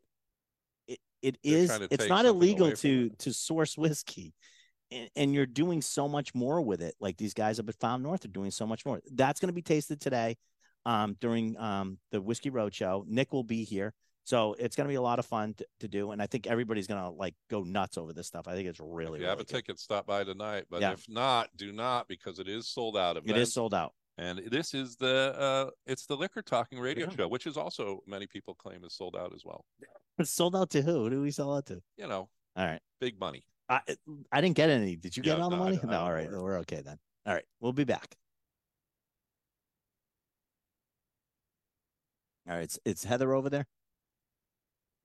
it it
They're
is
trying to
it's
take
not
something
illegal
away from
to
it.
to source whiskey. And, and you're doing so much more with it. Like these guys up at Found North are doing so much more. That's going to be tasted today um, during um, the Whiskey Roadshow. Nick will be here. So it's going to be a lot of fun to, to do. And I think everybody's going to like go nuts over this stuff. I think it's
If
really,
you have
really
a
good.
ticket, stop by tonight. But
Yeah.
if not, do not because it is sold out. Event,
It is sold out.
and this is the uh, it's the liquor talking radio
Yeah.
show, which is also many people claim is sold out as well.
It's sold out to who? Who do we sell out to?
You know,
All right.
big money.
I I didn't get any. Did you get
Yeah,
all the
no, I
money?
don't- I
no,
don't
all right.
worry.
We're okay then. All right. We'll be back. All right. It's, it's Heather over there.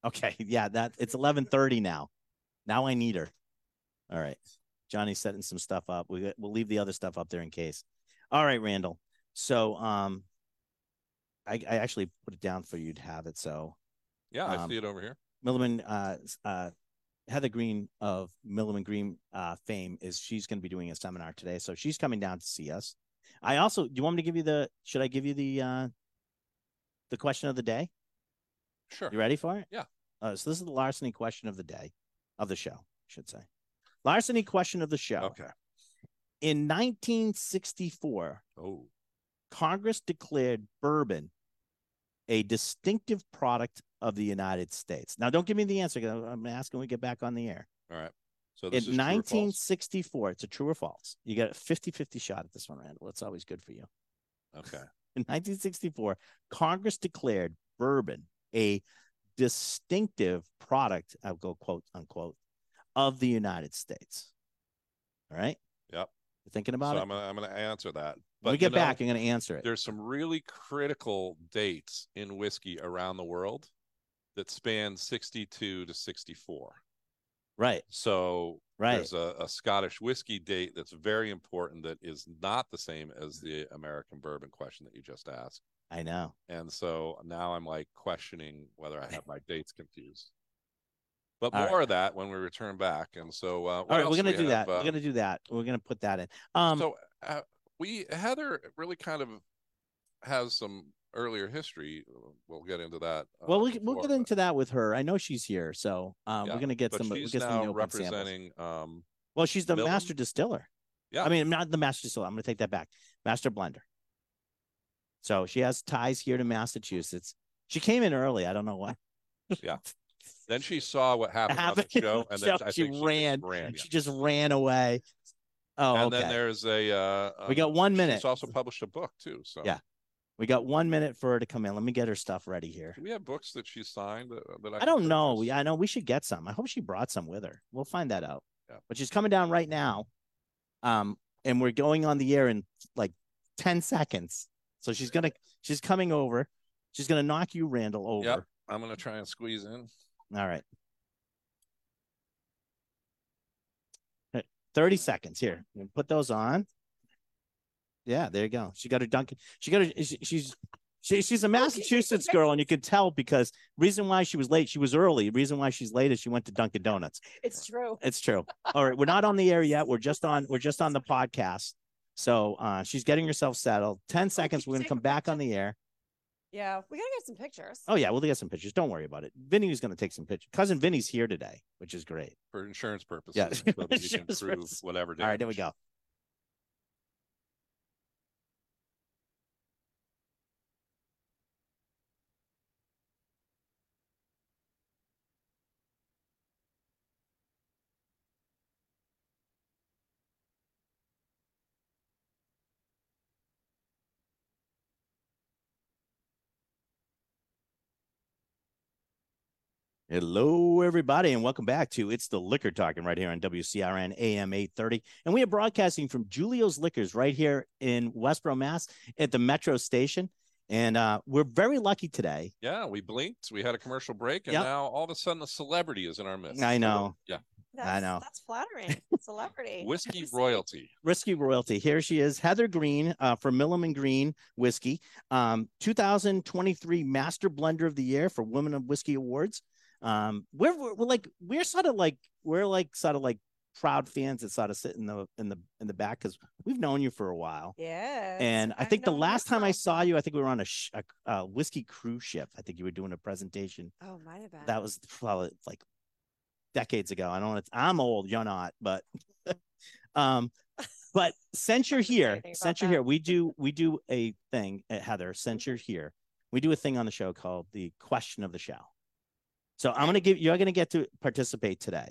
Okay. Yeah, that it's 11:30 now. Now I need her. All right. Johnny's setting some stuff up. We we'll leave the other stuff up there in case. All right, Randall. So, um I I actually put it down for you to have it, so
Yeah, I
Um,
see it over here.
Milliman, uh, s- uh, Heather Green of Milliman Green uh, fame is she's going to be doing a seminar today, so she's coming down to see us. I also, do you want me to give you the? Should I give you the uh, the question of the day?
Sure.
You ready for it?
Yeah.
Uh, so this is the larceny question of the day, of the show, I should say. Larceny question of the show.
Okay.
In 1964,
Oh,
Congress declared bourbon a distinctive product of the United States. Now, don't give me the answer. 'cause I'm going to ask when we get back on the air.
all right. So
In
this is true or false?
1964, it's a true or false. You got a 50 50 shot at this one, Randall. That's always good for you.
Okay.
In 1964, Congress declared bourbon a distinctive product, I'll go quote unquote, of the United States. All right.
Yep.
You thinking
So
about it?
I'm gonna I'm gonna answer that.
when we
you
get
know,
back, I'm going to answer it.
There's some really critical dates in whiskey around the world that span 62 to 64.
Right.
So
Right.
There's a, a Scottish whiskey date that's very important that is not the same as the American bourbon question that you just asked.
I know.
And so now I'm like questioning whether I have my dates confused. But
All
more
right.
of that when we return back. And so, uh, what
All right.
else
We're going to
we
do
have?
that.
Uh,
we're going to do that. We're going to put that in. Um,
so uh, we Heather really kind of has some earlier history. Uh, We'll get into that. uh,
well, we, we'll
before,
get
but-
into that with her. I know she's here. So um,
Yeah,
we're going to get
But
some, we'll
she's
get some
now
of the open samples.
representing. Um,
Well, she's the
Millen?
master distiller.
Yeah.
I mean, not the master distiller. I'm going to take that back. Master blender. So she has ties here to Massachusetts. She came in early. I don't know why.
Yeah. then she saw what happened,
Happened
on the show,
on the
and then
show,
I
she
think just
ran.
ran yeah.
She just ran away. Oh,
and
okay.
then there's a uh,
we
um,
got one minute.
She's also published a book too. So
Yeah. we got one minute for her to come in. Let me get her stuff ready here.
do we have books that she signed that, uh, that I,
I
can
don't know.
purchase?
We- I know we should get some. I hope she brought some with her. We'll find that out.
Yeah.
But she's coming down right now. Um, and we're going on the air in like 10 seconds. So she's gonna she's coming over. She's gonna knock you, Randall, over.
Yep. I'm gonna try and squeeze in.
All right. Uh, 30 seconds here. You Put those on. Yeah, there you go. She got her Duncan. She got her she- she's she, she's a Massachusetts girl, and you could tell because reason why she was late, she was early. Reason why she's late is she went to Dunkin' Donuts.
It's true.
It's true. All right, we're not on the air yet. We're just on. We're just on the podcast. So uh, she's getting herself settled. Ten seconds. We're gonna come back on the air.
Yeah, we gotta get some pictures.
Oh yeah, we'll get some pictures. Don't worry about it. Vinny's gonna take some pictures. Cousin Vinny's here today, which is great.
for insurance purposes.
Yeah.
so that you can
Insurance
prove
purposes.
whatever.
All right, there we
damage.
go. Hello, everybody, and welcome back to It's the Liquor Talking right here on WCRN AM 830. And we are broadcasting from Julio's Liquors right here in Westboro, Mass at the Metro Station. And uh, we're very lucky today.
Yeah, we blinked. We had a commercial break, and
Yep.
now all of a sudden, a celebrity is in our midst.
I know.
Yeah,
That's,
know.
That's flattering. Celebrity.
whiskey
Who's-
royalty.
Risky Royalty. Here she is, Heather Green uh, for Milliman Green Whiskey, um, 2023 Master Blender of the Year for Women of Whiskey Awards. Um, we're, we're, we're like we're sort of like we're like sort of like proud fans that sort of sit in the in the in the back because we've known you for a while.
Yes.
And I
I've
think the
known
last time I
Russell.
saw you, I think we were on a, sh- a, a whiskey cruise ship. I think you were doing a presentation.
Oh, might have been.
That was probably like decades ago. I don't. It's, I'm old. You're not, but um, but since you're here,
anything about
since you're
that.
here, we do we do a thing at Heather. Since you're here, we do a thing on the show called the question of the show. So I'm gonna give you're gonna get to participate today.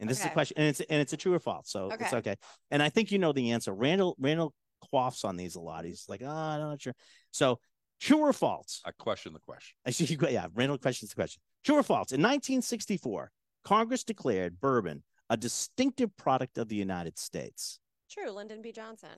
And this is a
Okay.
question, and it's and it's a true or false, so it's
Okay.
okay. And I think you know the answer. Randall Randall quaffs on these a lot. He's like, oh, I'm not sure. So true or false?
I question the question.
Actually, you got- yeah, Randall questions the question. True or false? In 1964, Congress declared bourbon a distinctive product of the United States.
True. Lyndon B. Johnson.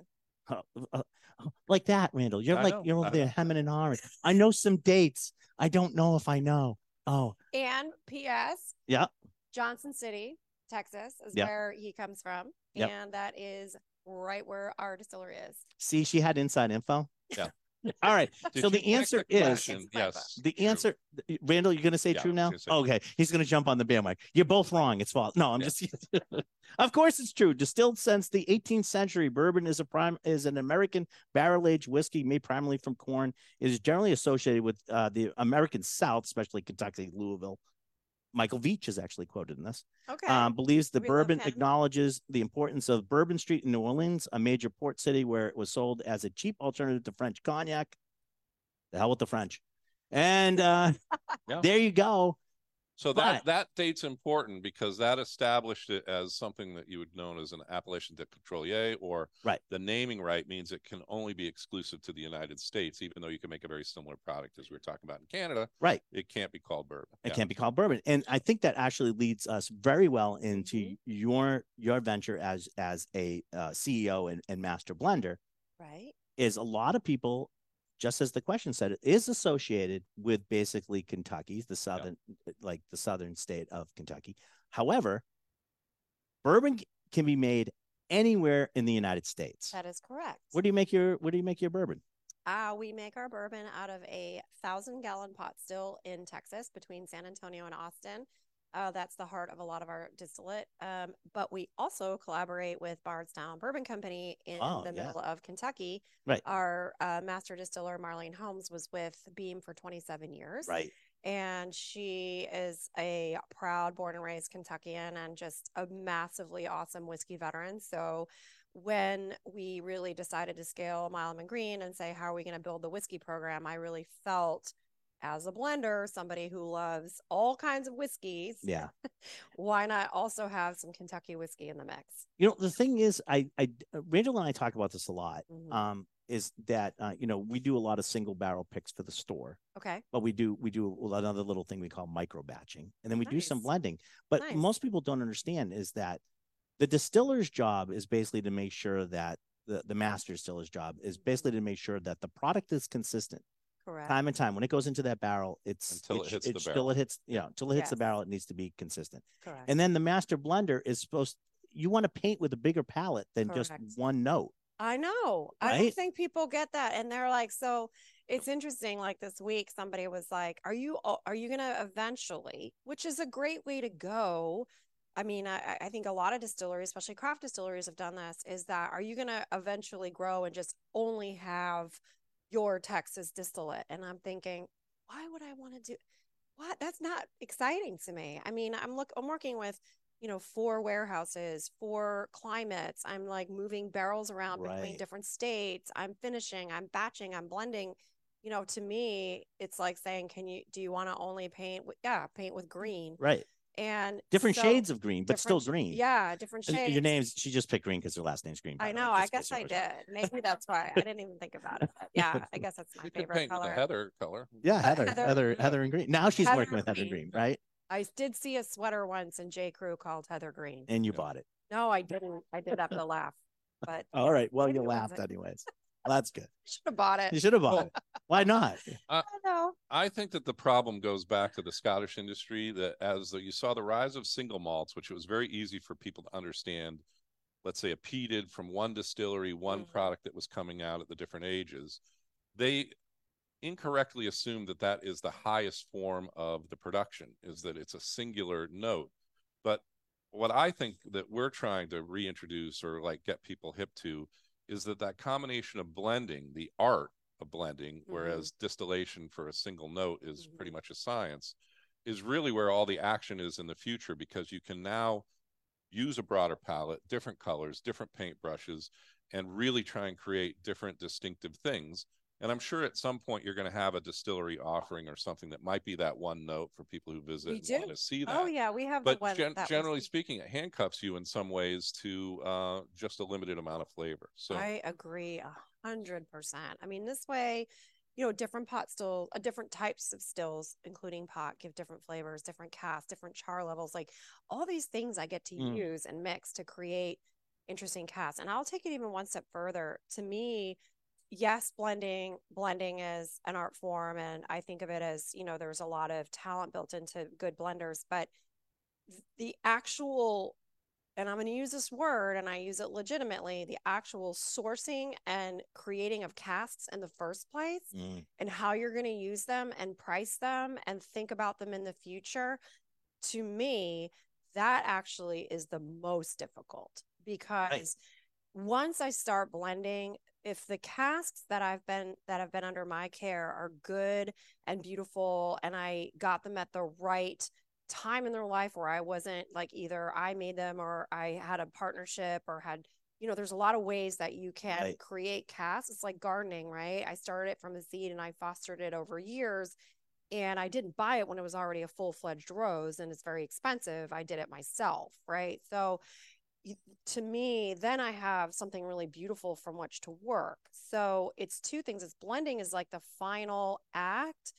Huh, uh, uh, like that, Randall. You're
I
like
know.
you're over
I
there hemming and hawing. I know some dates. I don't know if I know. Oh,
And P.S.
Yeah.
Johnson City, Texas is
Yeah.
where he comes from.
Yeah.
And that is right where our distillery is.
see, she had inside info.
Yeah.
All right.
Did
So
you
the
check
answer
the
is-
question?
It's my
yes.
The
true.
answer, Randall, you're going to say
Yeah,
true
I was
now?
gonna say-
Okay. He's going to jump on the bandwagon. You're both wrong. It's false. No, I'm
Yeah.
just, of course it's true. Distilled since the 18th century, bourbon is a prime, is an American barrel aged whiskey made primarily from corn. It is generally associated with uh, the American South, especially Kentucky, Louisville. Michael Veach is actually quoted in this
Okay.
um, believes the
We love
bourbon
him.
acknowledges the importance of Bourbon Street in New Orleans, a major port city where it was sold as a cheap alternative to French cognac. The hell with the French. And uh,
Yeah.
there you go.
So
But-
that that date's important because that established it as something that you would known as an appellation de contrôlier, or
Right.
the naming right means it can only be exclusive to the United States, even though you can make a very similar product as we were talking about in Canada.
Right.
It can't be called bourbon.
It
Yeah.
can't be called bourbon. And I think that actually leads us very well into
Mhm.
your your venture as as a uh, CEO and, and master blender
right.
is a lot of people, just as the question said, it is associated with basically Kentucky, the southern, eh, like the southern state of Kentucky. However, bourbon c- can be made anywhere in the United States.
That is correct.
Where do you make your Where do you make your bourbon?
Uh, we make our bourbon out of a thousand gallon pot still in Texas between San Antonio and Austin. Uh, that's the heart of a lot of our distillate. Um, but we also collaborate with Bardstown Bourbon Company in
Oh,
the
yeah.
middle of Kentucky.
Right.
Our uh, master distiller, Marlene Holmes, was with Beam for 27 years.
Right.
And she is a proud born and raised Kentuckian and just a massively awesome whiskey veteran. So when we really decided to scale Milam and Green and say, how are we going to build the whiskey program? I really felt as a blender, somebody who loves all kinds of whiskeys,
Yeah.
why not also have some Kentucky whiskey in the mix?
You know, the thing is, I, I, Randall and I talk about this a lot.
Mhm.
Um, is that uh, you know we do a lot of single barrel picks for the store.
Okay.
but we do we do another little thing we call micro batching and then we do some
Nice.
blending but
Nice.
most people don't understand is that the distiller's job is basically to make sure that the, the master is still his job is basically to make sure that the product is consistent
Correct.
time and time when it goes into that barrel it's
Until it
it's-
hits the
it's
barrel.
still it hits yeah until it hits the
Yes.
barrel it needs to be consistent
Correct.
and then the master blender is supposed you want to paint with a bigger palette than
Correct.
just one note
I know. I don't
Right?
think people get that, and they're like, so it's interesting. Like this week, somebody was like, "Are you al- are you gonna eventually?" Which is a great way to go. I mean, I, I- I think a lot of distilleries, especially craft distilleries, have done this. Is that are you gonna eventually grow and just only have your Texas distillate? And I'm thinking, why would I want to do? What? That's not exciting to me. I mean, I'm look. I'm working with you know, four warehouses, four climates. I'm like moving barrels around between
Right.
different states. I'm finishing, I'm batching, I'm blending. You know, to me, it's like saying, can you, do you want to only paint? With, yeah, paint with green
right
and
different
so-
shades of green but still
different-
green
Yeah, different
And
shades.
your name's she just picked green because her last name's green by
I
the way,
know. I
just in
guess
case
I
you
did. Maybe that's why I didn't even think about it. But yeah, I guess that's my
You can
favorite
paint with
color.
a Uh, heather color.
yeah heather
Heather-
heather heather, and green now she's
Heather
working with heather green
Green.
right
I did see a sweater once in J. Crew called Heather Green.
and you
Yeah.
bought it
No, I didn't. I did have to laugh, but
all right well
Maybe
you
it wasn't.
laughed anyways Well, that's good
should have bought
you
it.
should have bought it why not
I know.
I think that the problem goes back to the Scottish industry that as the, you saw the rise of single malts, which it was very easy for people to understand, let's say a peated from one distillery, one
Mhm.
product that was coming out at the different ages, they incorrectly assume that that is the highest form of the production, is that it's a singular note. But what I think that we're trying to reintroduce or like get people hip to is that that combination of blending, the art of blending, whereas distillation for a single note is
Mm-hmm.
pretty much a science, is really where all the action is in the future because you can now use a broader palette, different colors, different paint brushes, and really try and create different distinctive things. And I'm sure at some point you're going to have a distillery offering or something that might be that one note for people who visit
We
and want
do.
to see that
Oh yeah, we have the
but
one.
gen-
that was-
generally speaking, it handcuffs you in some ways to uh, just a limited amount of flavor. So
I agree a hundred percent. I mean, this way, you know, different pot stills, uh, different types of stills, including pot, give different flavors, different casts, different char levels. Like all these things, I get to
Mm.
use and mix to create interesting casts. And I'll take it even one step further. To me, yes blending blending is an art form and i think of it as you know there's a lot of talent built into good blenders but th- the actual and i'm going to use this word and i use it legitimately the actual sourcing and creating of casts in the first place
Mm,
and how you're going to use them and price them and think about them in the future, to me, that actually is the most difficult because once I start blending, if the casks that I've been that have been under my care are good and beautiful and I got them at the right time in their life where I wasn't like either I made them or I had a partnership or had you know there's a lot of ways that you can
Right.
create casts it's like gardening right I started it from the seed and I fostered it over years and I didn't buy it when it was already a full-fledged rose and it's very expensive I did it myself right so y- to me then I have something really beautiful from which to work so it's two things it's blending is like the final act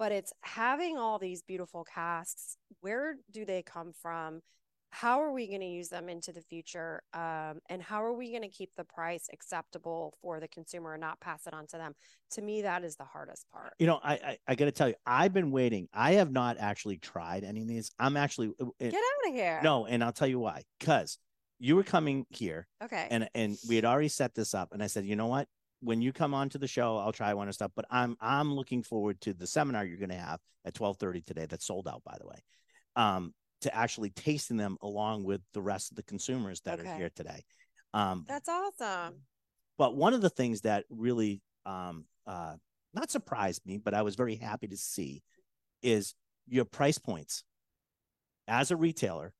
but it's having all these beautiful casks. Where do they come from? How are we going to use them into the future? Um, and how are we going to keep the price acceptable for the consumer and not pass it on to them? To me, that is the hardest part.
you know I, I i gotta tell you i've been waiting i have not actually tried any of these i'm actually
Get out of here.
No, and I'll tell you why. Because you were coming here,
Okay.
and and we had already set this up, and I said, you know what? When you come onto the show, I'll try one of stuff. But I'm I'm looking forward to the seminar you're going to have at 12:30 today. That's sold out, by the way. Um, to actually tasting them along with the rest of the consumers that
Okay.
are here today. Um,
That's awesome.
but one of the things that really um uh not surprised me, but I was very happy to see is your price points as a retailer.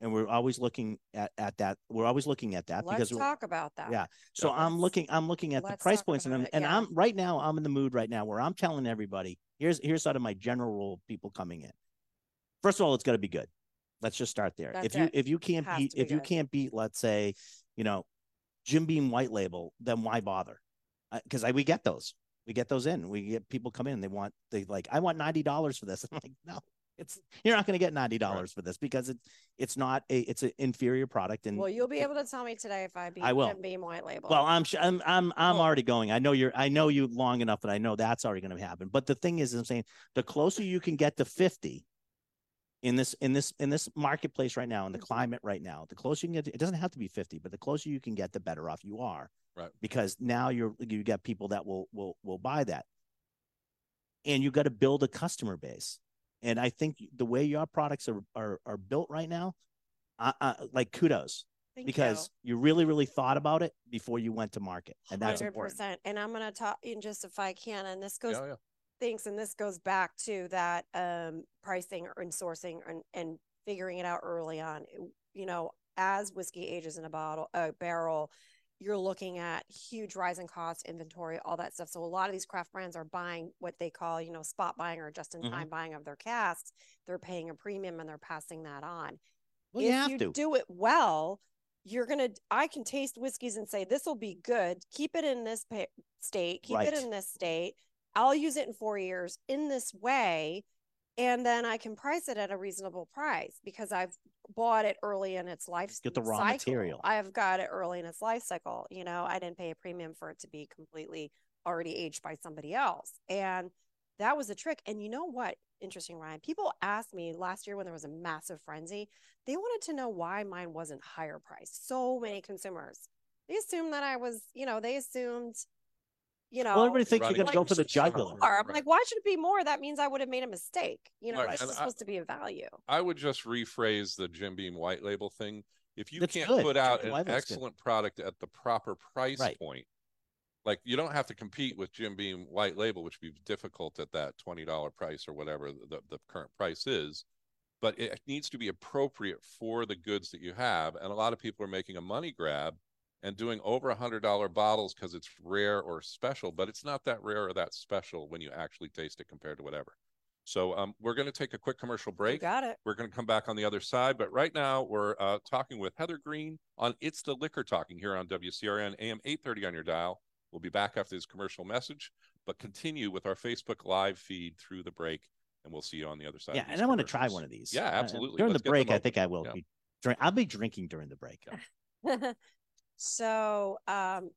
And we're always looking at, at that. We're always looking at that
Let's
because we're-
talk about that.
yeah. so I'm
Let's-
looking, I'm looking at the
let's
price
talk
points and
about
I'm,
it,
and
yeah.
I'm right now, I'm in the mood right now where I'm telling everybody, here's, here's sort of my general rule of people coming in. First of all, it's got to be good. Let's just start there.
That's
if you,
it.
if you can't
Has
beat,
to be
if you
good.
can't beat, let's say, you know, Jim Beam white label, then why bother? Because I, we get those, we get those in, we get people come in, they want, they like, I want $90 for this. I'm like, no, It's you're not going to get ninety dollars for this because it's it's not a it's an inferior product and
Well, you'll be able to tell me today if I beat
I will.
Jim Beam white label.
Well, I'm su- I'm I'm I'm
Oh.
already going. I know you're I know you long enough that I know that's already going to happen. But the thing is, I'm saying the closer you can get to 50 in this in this in this marketplace right now, in the climate right now, the closer you can get, to, it doesn't have to be 50, but the closer you can get, the better off you are.
Right.
Because now you're you got people that will will will buy that, and you got to build a customer base. And I think the way your products are are, are built right now, I, I, like kudos
Thank
because you. really really thought about it before you went to market and that's
hundred
important
percent. And I'm gonna talk in just if I can, and this goes
Yeah, yeah.
thanks, and this goes back to that um pricing and sourcing and and figuring it out early on. You know, as whiskey ages in a bottle, a barrel, you're looking at huge rise in costs, inventory, all that stuff. So a lot of these craft brands are buying what they call, you know, spot buying or just in time buying of their casks. They're paying a premium and they're passing that on
well you
if
have
you
to
do it well, you're gonna. I can taste whiskeys and say this will be good. Keep it in this pa- state. Keep
Right.
it in this state. I'll use it in four years in this way, and then I can price it at a reasonable price because I've bought it early in its life.
Get the raw
cycle.
material.
I've got it early in its life cycle. You know, I didn't pay a premium for it to be completely already aged by somebody else, and that was the trick. And you know what? Interesting, Ryan. People asked me last year when there was a massive frenzy they wanted to know why mine wasn't higher priced. So many consumers. They assumed that I was, you know, they assumed, you know,
well everybody thinks you're
running
going to go for the
restrictions.
jugular
more. I'm
Right.
like, why should it be more? That means I would have made a mistake. You know,
Right.
it's
And
just
I-
supposed to be a value.
I would just rephrase the Jim Beam white label thing. If you
That's
can't
good.
put
Jim
out an
Beam white label's good.
excellent product at the proper price
Right.
point, like you don't have to compete with Jim Beam white label, which would be difficult at that twenty dollar price or whatever the, the current price is. But it needs to be appropriate for the goods that you have, and a lot of people are making a money grab and doing over a hundred dollar bottles because it's rare or special, but it's not that rare or that special when you actually taste it compared to whatever. So um, we're going to take a quick commercial
You
break.
got it.
We're going to come back on the other side, but right now we're uh, talking with Heather Green on It's the Liquor Talking here on WCRN AM 830 on your dial. We'll be back after this commercial message, but continue with our Facebook live feed through the break, and we'll see you on the other side.
yeah and i want to try one of these
Yeah,
Uh,
absolutely.
during
Let's
the
get them
break i
open.
think i will
Yeah.
be drink i'll be drinking during the break
Yeah.
so um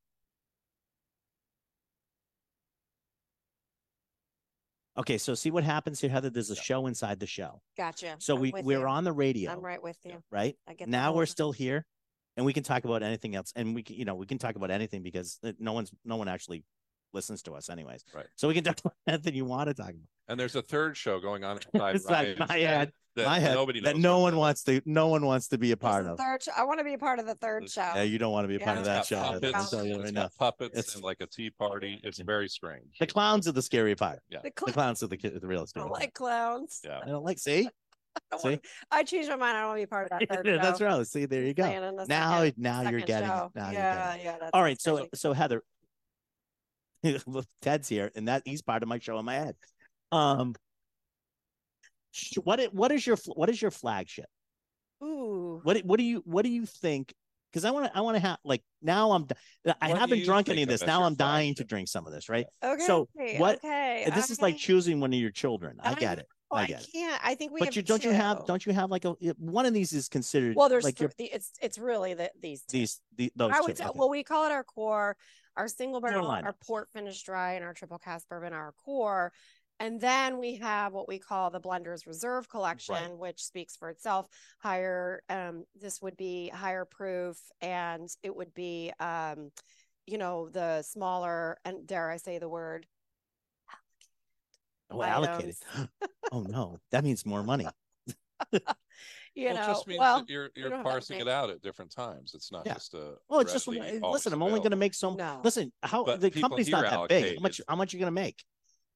okay so see what happens here heather there's a
Yeah.
show inside the show
gotcha.
so
I'm
we
with
we're
you.
on the radio
I'm right with you.
right
I get the
now
whole-
we're still here and we can talk about anything else and we can you know we can talk about anything because uh, no one's no one actually listens to us anyways
Right.
so we can talk about anything you want to talk about
And there's a third show going on inside
It's like
Ryan's
my head,
that
my head
nobody
that
knows
no
about.
one wants to no one wants to be a
There's
part
the
of.
third show. I want to be a part of the third
It's-
show.
Yeah, you don't want to be a part
Yeah.
of
It's
that show.
got
Heather,
Puppets,
I'm telling you
it's
right now.
got puppets
It's-
and like a tea party. It's very strange.
The clowns are the scary part.
the
The
cl-
clowns are the ki- the real
I
scary.
don't
part.
like clowns.
Yeah.
I don't like. See,
I, don't
see,
want- I changed my mind. I don't want to be part of that third show.
that's right. See, there you go.
Playing in the
Now,
second-
now you're
second
getting. it.
show.
Now you're getting.
yeah,
it.
yeah. that's
All right, so
crazy.
so Heather, look, Ted's here, and that he's part of my show in my head. Um, sh- what it what is your fl- what is your flagship?
Ooh.
What what do you what do you think? Because I want to I want to have like now I'm di- I
What do
haven't
you
drunk any
think
of
of
this.
as
Now
your
I'm dying to
flagship?
drink some of this, right?
Okay.
So, what-
Okay.
And this is like
I-
choosing one of your children. I
I
get it.
oh,
I
I
get it.
can't. I think we.
But
have
you don't you have
two.
don't you have like a one of these is considered
Well, there's
like
thr-
your
the, it's it's really the, these. Two.
these the, those
I
two.
would say,
okay.
well, we call it our core, our single
Core
barrel,
lineup.
our port finish dry, and our triple cast bourbon, are our core. And then we have what we call the Blender's Reserve Collection, which speaks for itself. Higher, um, this would be higher proof, and it would be, um, you know, the smaller and dare I say the word,
oh,
um
allocated. oh no, that means more money.
you
well,
know,
it just means
well,
that you're
don't
you're
have that
parsing
many.
it out at different times. It's not
Yeah.
just a
Well, it's just
readily
uh,
all
listen. I'm only going to
available.
make so.
no,
Listen, how
But
the
people
company's
here
not that big. How
allocate
much?
is-
How much you going to make?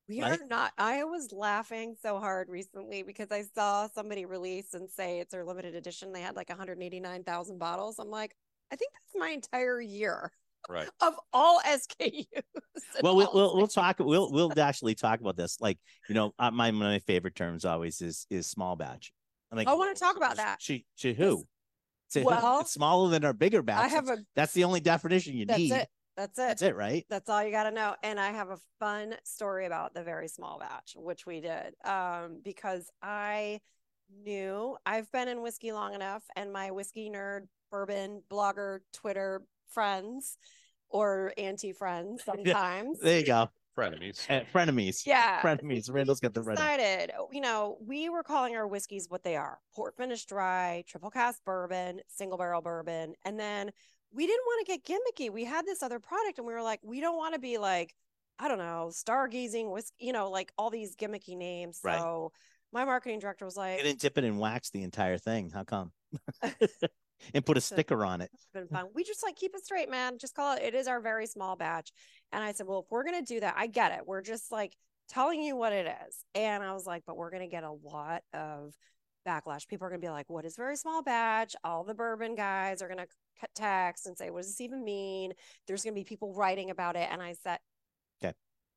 we
right?
are not. I was laughing so hard recently because I saw somebody release and say it's their limited edition. They had like 189,000 bottles. I'm like, I think that's my entire year
Right.
of all SKUs. and
Well, we'll
all
we'll, we'll
things.
talk. We'll we'll actually talk about this. Like you know, uh, my one of my favorite terms always is is small batch. I'm like,
I want to talk about
Just-
that.
she she who? To who?
Well,
it's smaller than our bigger batch.
I have a
That's the only definition you
that's
need.
it. That's it.
That's it, right?
That's all you got to know. And I have a fun story about the very small batch, which we did um, because I knew I've been in whiskey long enough and my whiskey nerd, bourbon, blogger, Twitter friends or anti friends sometimes.
There you go.
Frenemies.
Eh, frenemies.
yeah.
Frenemies. Randall's got the frenemies.
Decided, oh, you know, we were calling our whiskeys what they are port finish dry, triple cast bourbon, single barrel bourbon. And then we didn't want to get gimmicky. We had this other product and we were like, we don't want to be like, I don't know, stargazing whiskey, you know, like all these gimmicky names.
Right.
So my marketing director was like,
They didn't dip it in wax the entire thing. How come? and put a
So-
sticker on it.
It's been fun. We just like keep it straight, man. Just call it. It is our very small batch. And I said, well, if we're gonna do that, I get it. We're just like telling you what it is. And I was like, but we're gonna get a lot of backlash. People are gonna be like, what is very small batch? All the bourbon guys are gonna cut text and say, what does this even mean? There's gonna be people writing about it. And I said,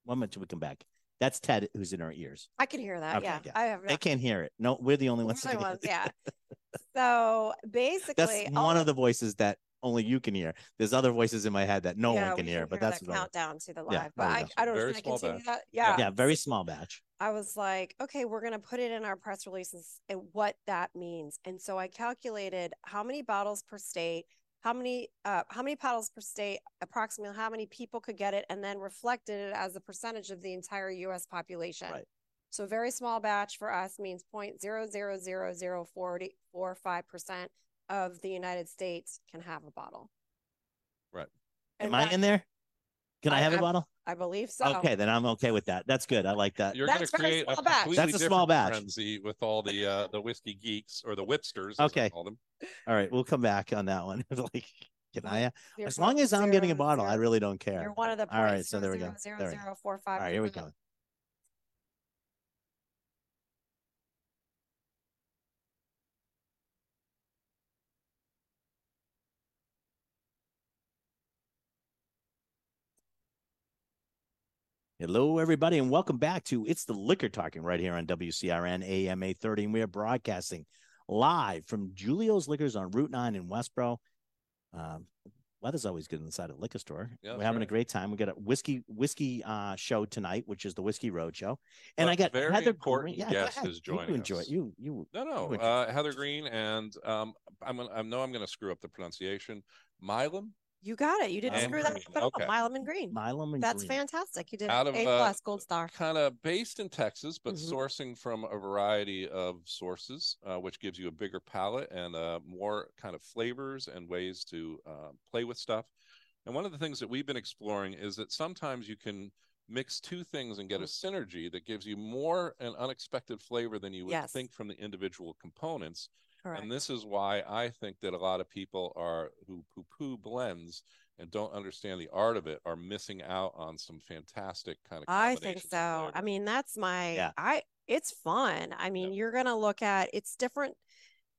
One minute till we come back. That's Ted who's in our ears.
I can hear that.
Okay,
yeah,
yeah.
I have.
They can't hear it. No, we're the only ones. that
Really
can hear
was,
it.
yeah. So basically,
That's
all
one of the voices that only you can hear. There's other voices in my head that no
yeah,
one can
we
hear, but that's
the
what I-
countdown to the live.
Yeah,
but
there we
I,
go.
I don't.
Very
Can I
small
continue
batch.
that?
Yeah.
yeah, very small batch.
I was like, okay, we're going to put it in our press releases and what that means. And so I calculated how many bottles per state, how many uh, how many bottles per state, approximately how many people could get it, and then reflected it as a percentage of the entire U.S. population.
Right.
So very small batch for us means point zero zero zero zero forty four five percent of the United States can have a bottle.
Right.
Am
And
I
that-
in there? Can I,
I-
have a
I'm-
bottle?
I believe so.
Okay, then I'm okay with that. That's good. I like that.
You're going to
That's very
create a
small batch.
completely
That's a
different
small batch.
frenzy with all the uh, the whiskey geeks or the whipsters. as I
Okay.
call them.
All right, we'll come back on that one. like, can I?
You're
As long as I'm getting a bottle, I
0.00.
really don't care.
You're one of the
All right, so there we go.
Zero
There we go.
zero four five.
All right, here we go. Hello, everybody, and welcome back to It's the Liquor Talking right here on WCRN AM 830. And we are broadcasting live from Julio's Liquors on Route 9 in Westboro. Um, weather's always good inside a liquor store.
Yeah,
We're
that's
having a
right.
great time. We got a whiskey whiskey uh, show tonight, which is the Whiskey Road Show. And
But
I got
very
Heather
important
Green. Yeah, go
guest
ahead.
is
you
joining
enjoy it.
us.
You you
No, no,
would-
uh, Heather Green and um, I'm gonna, I know I'm going to screw up the pronunciation. Milam
You got it. You didn't
And
screw that
green.
up at all.
Okay.
Milam and Green.
Milam and
That's
Green.
fantastic. You did
Out of,
A
uh,
plus gold star.
kind of based in Texas, but
Mhm.
sourcing from a variety of sources, uh, which gives you a bigger palette and uh, more kind of flavors and ways to uh, play with stuff. And one of the things that we've been exploring is that sometimes you can mix two things and get a synergy that gives you more and unexpected flavor than you would
Yes.
think from the individual components.
Correct.
And this is why I think that a lot of people are who poo poo blends and don't understand the art of it are missing out on some fantastic kind of.
I think
combinations of
so. I
flavor.
mean, that's my
Yeah.
I it's fun. I mean, you're gonna look at it's different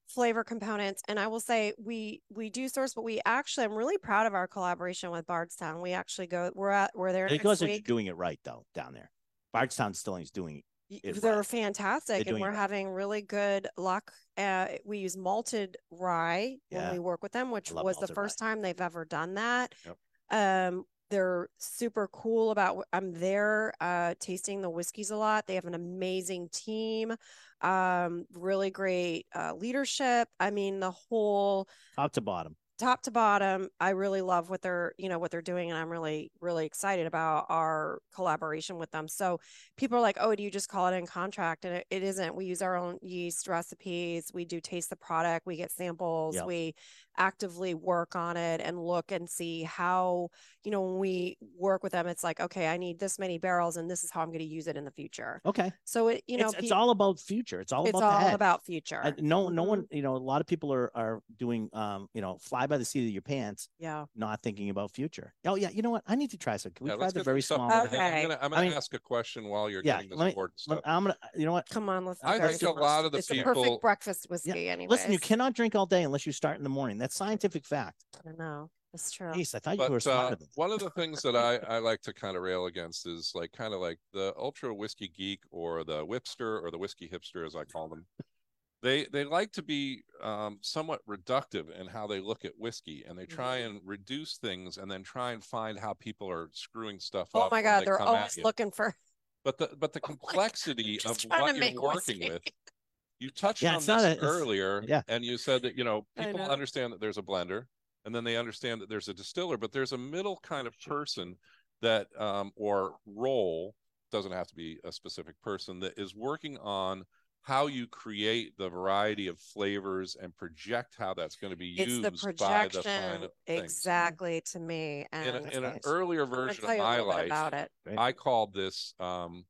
flavor components. And I will say we we do source, but we actually I'm really proud of our collaboration with Bardstown. We actually go we're at we're there
It
next
goes that you're
week.
doing it right though down there. Bardstown Stilling's doing
Y-
it
they're
right.
fantastic
doing
and
it
we're
right.
having really good luck uh, we use malted rye when
Yeah.
we work with them which
love
was the
malted rye.
first time they've ever done that
Yep.
um they're super cool about wh- i'm there uh tasting the whiskeys a lot they have an amazing team um really great uh leadership i mean the whole
top to bottom.
top to bottom i really love what they're you know what they're doing and i'm really really excited about our collaboration with them so people are like oh do you just call it in contract and it, it isn't we use our own yeast recipes we do taste the product we get samples
Yep.
we actively work on it and look and see how you know when we work with them it's like okay i need this many barrels and this is how i'm going to use it in the future
Okay.
so it you know
it's, it's
peop-
all about future. It's all
it's
about the
all
head.
about future
I- no no
Mhm.
one you know a lot of people are are doing um you know fly by the seat of your pants
yeah
not thinking about future. Oh yeah, you know what? I need to try some. Can we
Yeah,
try
let's
the
get
very
some
small?
stuff
one?
in there.
Okay.
I'm gonna, I'm gonna
I mean-
ask a question while you're
Yeah,
getting this
let me-
board stuff.
Let- I'm gonna you know what?
come on let's
I
go.
think a lot of the
it's the
people.
perfect breakfast whiskey anyway.
Listen, you cannot drink all day unless you start in the morning. That's scientific fact.
I know. That's true.
Jeez, I thought you were
But uh,
smarter than
one of the things that I, I like to kind of rail against is like kind of like the ultra whiskey geek or the whipster or the whiskey hipster as I call them. They they like to be um, somewhat reductive in how they look at whiskey, and they try
Mm.
and reduce things, and then try and find how people are screwing stuff
Oh
up.
my
when
God,
they
they're
come at
always
you.
looking for.
But the but the complexity of
just trying to
what you're
make
working
whiskey.
with. You touched
Yeah,
on
it's not
this
a- it's-
earlier,
yeah.
and you said that you know
I
people
know.
understand that there's a blender, and then they understand that there's a distiller, but there's a middle kind of person that um, or role doesn't have to be a specific person that is working on how you create the variety of flavors and project how that's going to be
It's
used
the
by the final
projection
thing.
exactly to me.
In,
And
a, in an
Nice.
earlier
I'm gonna
version
tell
of
you a
my
little bit
life,
about it.
I called this um,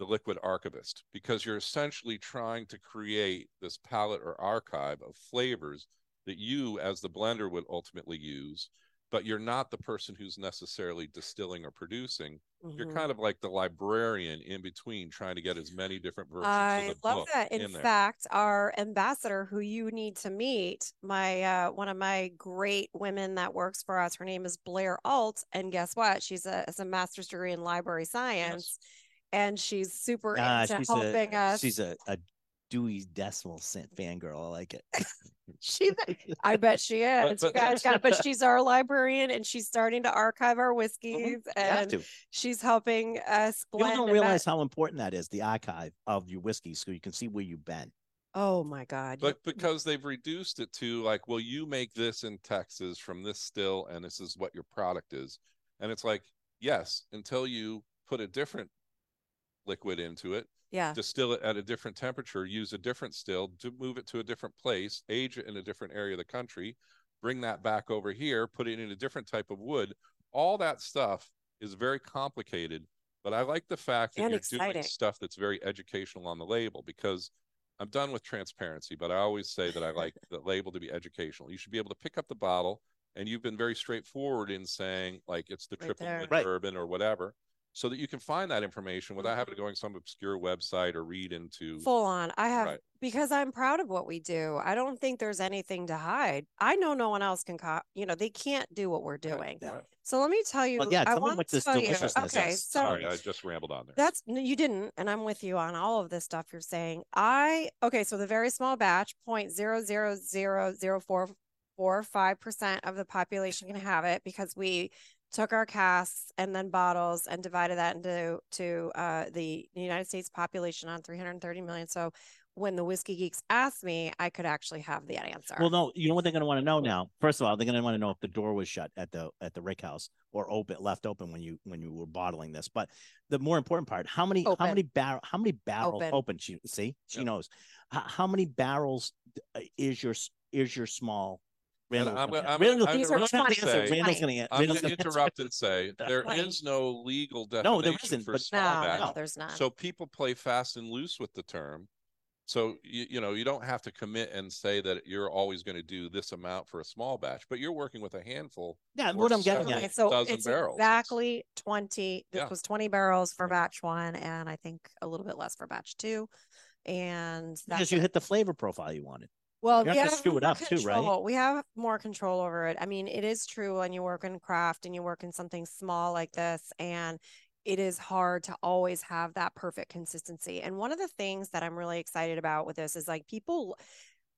the liquid archivist because you're essentially trying to create this palette or archive of flavors that you, as the blender, would ultimately use, but you're not the person who's necessarily distilling or producing. You're
Mhm.
kind of like the librarian in between, trying to get as many different versions.
I
of the
love
book
that. In,
there.
fact, our ambassador, who you need to meet, my uh, one of my great women that works for us, her name is Blair Alt, and guess what? She's a has a master's degree in library science, and she's super
Ah,
into
she's
helping
a,
us.
She's a, a Dewey Decimal Cent fangirl. I like it.
She, I bet she is. you
but-
guys got, but she's our librarian, and she's starting to archive our whiskeys,
Mm-hmm. You have
and
to.
she's helping us blend.
People don't
and ma-
realize how important that is, the archive of your whiskey, so you can see where you've been.
Oh my God! you-
But because they've reduced it to like, well, you make this in Texas from this still, and this is what your product is. And it's like, yes, until you put a different liquid into it,
yeah,
distill it at a different temperature, use a different still, to move it to a different place, age it in a different area of the country, bring that back over here, put it in a different type of wood. All that stuff is very complicated, but I like the fact that
And
you're
exciting.
doing stuff that's very educational on the label because I'm done with transparency, but I always say that I like the label to be educational. You should be able to pick up the bottle, and you've been very straightforward in saying like it's the
Right
triple
there. Mm-hmm.
wood
Right.
bourbon or whatever so that you can find that information without having to go on some obscure website or read into.
full on. I have
Right.
because I'm proud of what we do. I don't think there's anything to hide. I know no one else can, co- you know, they can't do what we're doing.
Right.
So let me tell you,
Well, yeah,
I
tell me
want
what
to
this
tell you.
deliciousness
Okay,
is.
so
Sorry, I just rambled on there.
that's no, you didn't, and I'm with you on all of this stuff you're saying. I okay, so the very small batch, point zero zero zero zero four four five percent of the population can have it because we took our casks and then bottles and divided that into to uh, the United States population on 330 million. So when the whiskey geeks asked me, I could actually have that answer.
Well, no, you know what they're going to want to know now. First of all, they're going to want to know if the door was shut at the at the Rick House or open left open when you when you were bottling this. But the more important part, how many how
Open.
many barrel how many barrels
Open.
open? she see she
Yep.
knows H- how many barrels uh, is your s- is your small.
And
Randall's
I'm
gonna-
gonna- I'm
Randall's
gonna-
These
gonna
are
answer.
20.
Say-
Randall's going to
I'm going
Randall's
to
gonna answer.
interrupt and say there
Right.
is no legal
No,
definition
there isn't,
for
but-
small
no,
batch.
no, there's not.
So people play fast and loose with the term. So you, you know you don't have to commit and say that you're always going to do this amount for a small batch, but you're working with a handful.
Yeah,
more
what I'm getting
separate
at.
Okay, so
dozen
it's
barrels.
exactly twenty,
Yeah.
this was twenty barrels for
Yeah.
batch one, and I think a little bit less for batch two. And
Because
that's,
you hit the flavor profile you wanted.
well,
you have
we
to
have
screw it
more
up too, right?
control, we have more control over it. I mean, it is true, and you work in craft and you work in something small like this, and it is hard to always have that perfect consistency. And one of the things that I'm really excited about with this is like people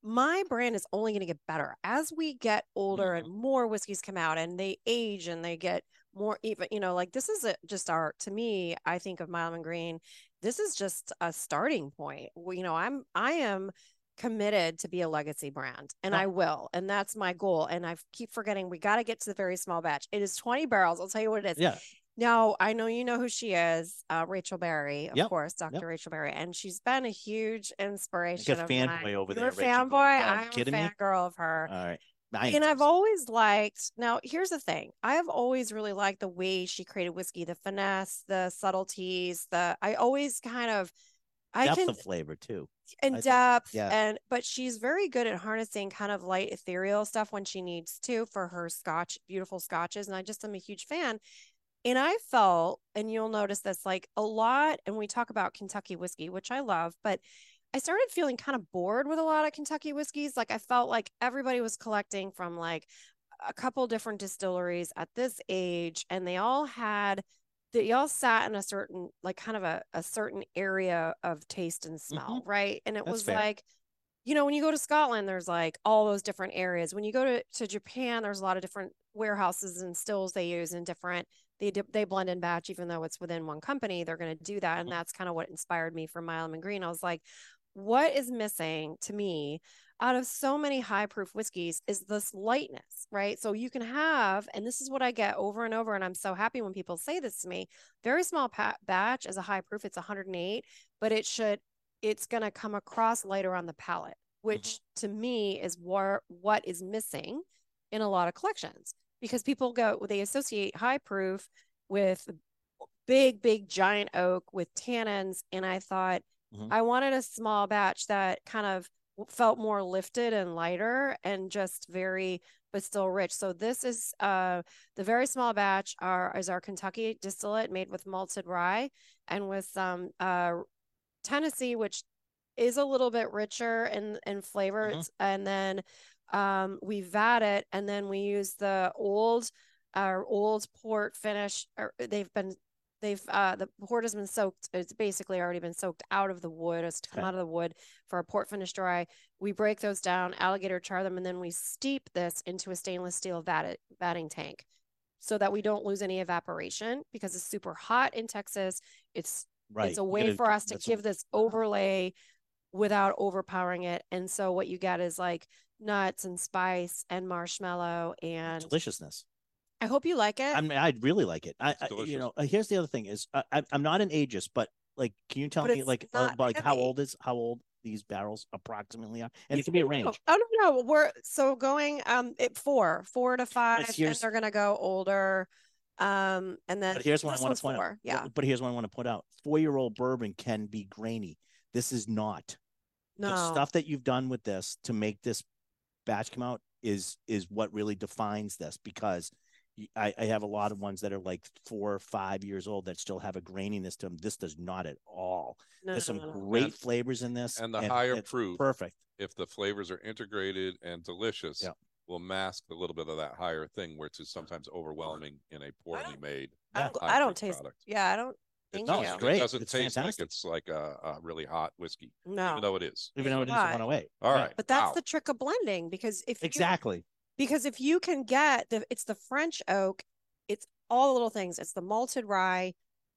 my brand is only going to get better as we get older
Mm-hmm.
Mhm.
and more whiskeys come out and they age and they get more even you know like this is a, just our to me i think of mild and green this is just a starting point Well, you know i'm i am committed to be a legacy brand and
Yeah.
i will and that's my goal and i keep forgetting we got to get to the very small batch it is 20 barrels i'll tell you what it is
Yeah.
now, I know you know who she is, uh, Rachel Berry, of
Yep,
course, Dr. Rachel Berry, and she's been a huge inspiration. of
fanboy
mine.
over
You're a
there, Rachel
fanboy.
Berry. Are you
I'm
kidding me?
a fangirl of her.
All right. I ain't
and I've
so-
always liked, now, here's the thing I've always really liked the way she created whiskey, the finesse, the subtleties, the, I always kind of, I
depth
can,
of flavor too.
in
I think-
depth
yeah.
and but she's very good at harnessing kind of light ethereal stuff when she needs to for her scotch beautiful scotches and i just am a huge fan and i felt and you'll notice this like a lot and we talk about kentucky whiskey which i love but i started feeling kind of bored with a lot of kentucky whiskeys like i felt like everybody was collecting from like a couple different distilleries at this age and they all had they all sat in a certain like kind of a, a certain area of taste and smell right and it
That's
was
fair.
like you know, when you go to Scotland, there's like all those different areas. When you go to, to Japan, there's a lot of different warehouses and stills they use and different, they, di- they blend and batch, even though it's within one company, they're going to do that. And
Mhm.
that's kind of what inspired me from Milam and Green. I was like, what is missing to me out of so many high proof whiskeys is this lightness, right? So you can have, and this is what I get over and over. And I'm so happy when people say this to me very small pa- batch is a high proof, it's 108, but it should it's going to come across lighter on the palate, which to me is war- what is missing in a lot of collections because people go, they associate high proof with big, big giant oak with tannins. And I thought
Mhm.
I wanted a small batch that kind of felt more lifted and lighter and just very, but still rich. So this is uh, the very small batch are, is our Kentucky distillate made with malted rye and with some uh, Tennessee, which is a little bit richer in in flavor,
Mhm.
It's- and then um, we vat it, and then we use the old our old port finish. Or they've been they've uh, the port has been soaked. It's basically already been soaked out of the wood. It's come
Okay.
out of the wood for a port finish dry. We break those down, alligator char them, and then we steep this into a stainless steel vat vatting tank. So that we don't lose any evaporation because it's super hot in Texas. It's
Right.
it's a
you
way
gotta-
for us to
that's a- uh-huh.
give this overlay without overpowering it. And so what you get is like nuts and spice and marshmallow. And
deliciousness.
I hope you like it.
I mean, I'd really like it. I,
It's
I you
delicious.
know, uh, here's the other thing is I, I, I'm not an ageist, but like, can you tell
But
me
it's
like uh,
not
about, like how
heavy.
old is how old these barrels approximately are? And it can be a
oh,
range.
oh, no, no. We're so going um at four, four to five, and
here's-
they're gonna go older. Um and then
But here's what
this
I want
one's
to point out.
four, Yeah.
But here's what I want to point out. Four year old bourbon can be grainy. This is not.
No.
the stuff that you've done with this to make this batch come out is is what really defines this because y- I, I have a lot of ones that are like four or five years old that still have a graininess to them. This does not at all.
no,
There's
no,
some
no, no.
great
And-
flavors in this,
and the higher
it's
proof.
perfect.
if the flavors are integrated and delicious,
Yeah.
will mask a little bit of that higher thing, which is sometimes overwhelming in a poorly
don't-
made.
I
Yeah.
don't,
high
I don't
proof
taste
product.
yeah, I don't
It
Thank
No,
doesn't-
it's
you.
great.
It doesn't
It's
taste like
fantastic.
it's like a, a really hot whiskey,
no.
even though it is.
Even though it is
Why?
108.
All
Yeah.
right,
but that's
wow.
the trick of blending because if you
Exactly.
because if you can get the it's the french oak it's all the little things it's the malted rye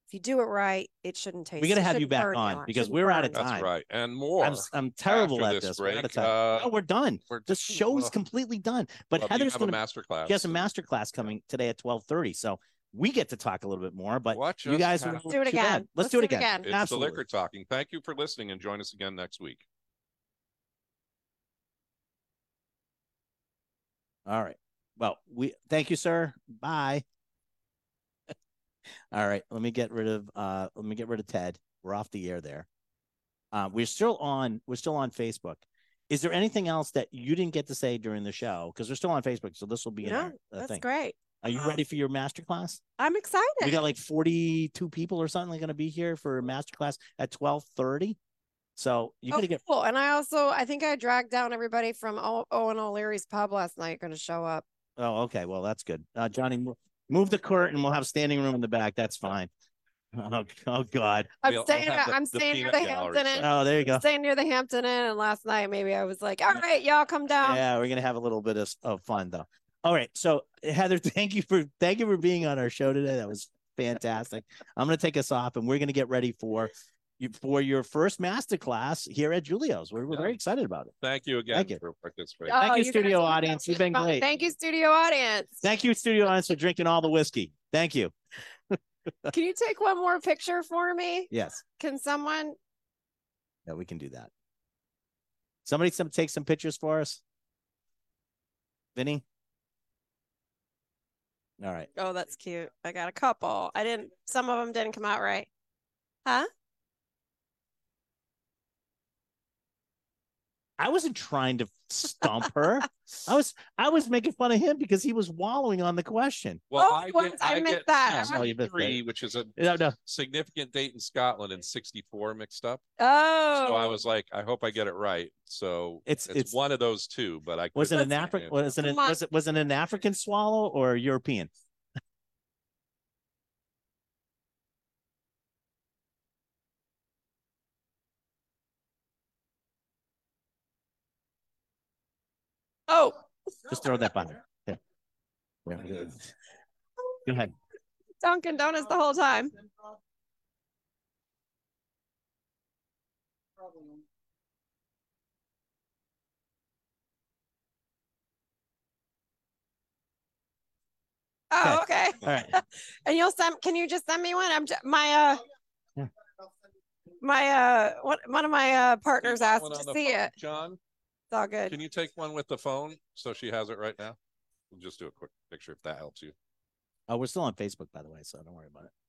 if you do it right it shouldn't taste
We got to
it
have you
shouldn't
back
burn you
on because
shouldn't
we're out of
burn you.
That's
time.
right, and more.
I'm, s- I'm terrible
After
at
this
this. We're out of
break,
time.
uh,
no, we're done.
we're
The
just-
show is
well,
completely done. But
well, you
Heather's
have
going
a
to
master class.
She has a
so
master class coming today at twelve thirty, so we get to talk a little bit more. But
Watch
you
us
guys,
have-
were
Let's do it
too bad.
again.
Let's, do it again.
It's
Absolutely.
the liquor talking. Thank you for listening, and join us again next week.
All right. Well, we thank you, sir. Bye. All right. Let me get rid of uh let me get rid of Ted. We're off the air there. Uh, we're still on we're still on Facebook. Is there anything else that you didn't get to say during the show? Because we're still on Facebook, so this will be in
No,
our uh,
that's
thing.
great
Are you
Um,
ready for your master class?
i'm excited
We got like 42 people or something going to be here for a masterclass at 12:30. So you're
Oh,
going to get
cool. And I also, I think I dragged down everybody from O- Owen O'Leary's pub last night. Going to show up.
Oh, okay. Well, that's good. Uh, Johnny, mo- move the curtain. We'll have standing room in the back. That's fine. Oh, oh God.
I'm
We'll- we'll
staying.
have
at-
the-
I'm
the
staying near
peanut
the
gallery
Hampton Inn.
Oh, there you go.
Staying near the Hampton Inn. And last night, maybe I was like, "All right, y'all come down."
Yeah, we're gonna have a little bit of, of fun though. All right. So Heather, thank you for thank you for being on our show today. That was fantastic. I'm gonna take us off and we're gonna get ready for you for your first masterclass here at Julio's. We're, we're very excited about it.
Thank you again
Thank you.
for participating.
Oh,
Thank you,
guys
studio
are so
audience. You've been
fun.
great.
Thank you, studio audience.
Thank you, studio audience, for drinking all the whiskey. Thank you.
Can you take one more picture for me?
Yes.
Can someone?
Yeah, we can do that. Somebody some take some pictures for us. Vinny. All right.
Oh, that's cute. I got a couple. I didn't, some of them didn't come out right. Huh?
I wasn't trying to stump her. I was I was making fun of him because he was wallowing on the question.
Well,
Oh,
I,
once
get,
I
I
missed
get
that.
Yeah, no, you missed that.
three, which is a
No, no.
significant date in Scotland in '64 mixed up.
Oh,
So I was like, I hope I get it right. So
It's-
it's
it's-
it's one of those two, but I
Was it
couldn't
an African
find
was it an,
Come on.
was it was it an African swallow or a European?
Oh,
Just throw that by there. There. There we go. Go ahead.
Dunkin' Donuts the whole time. Oh, okay.
All right.
And you'll send, can you just send me one? I'm, j- my, uh,
Yeah.
my, uh, one, one of my, uh,
Can you
partners
take
asked
one on
to
the
see
phone,
it.
John,
It's all good.
can you take one with the phone so she has it right now? We'll just do a quick picture if that helps you.
Oh, we're still on Facebook, by the way, so don't worry about it.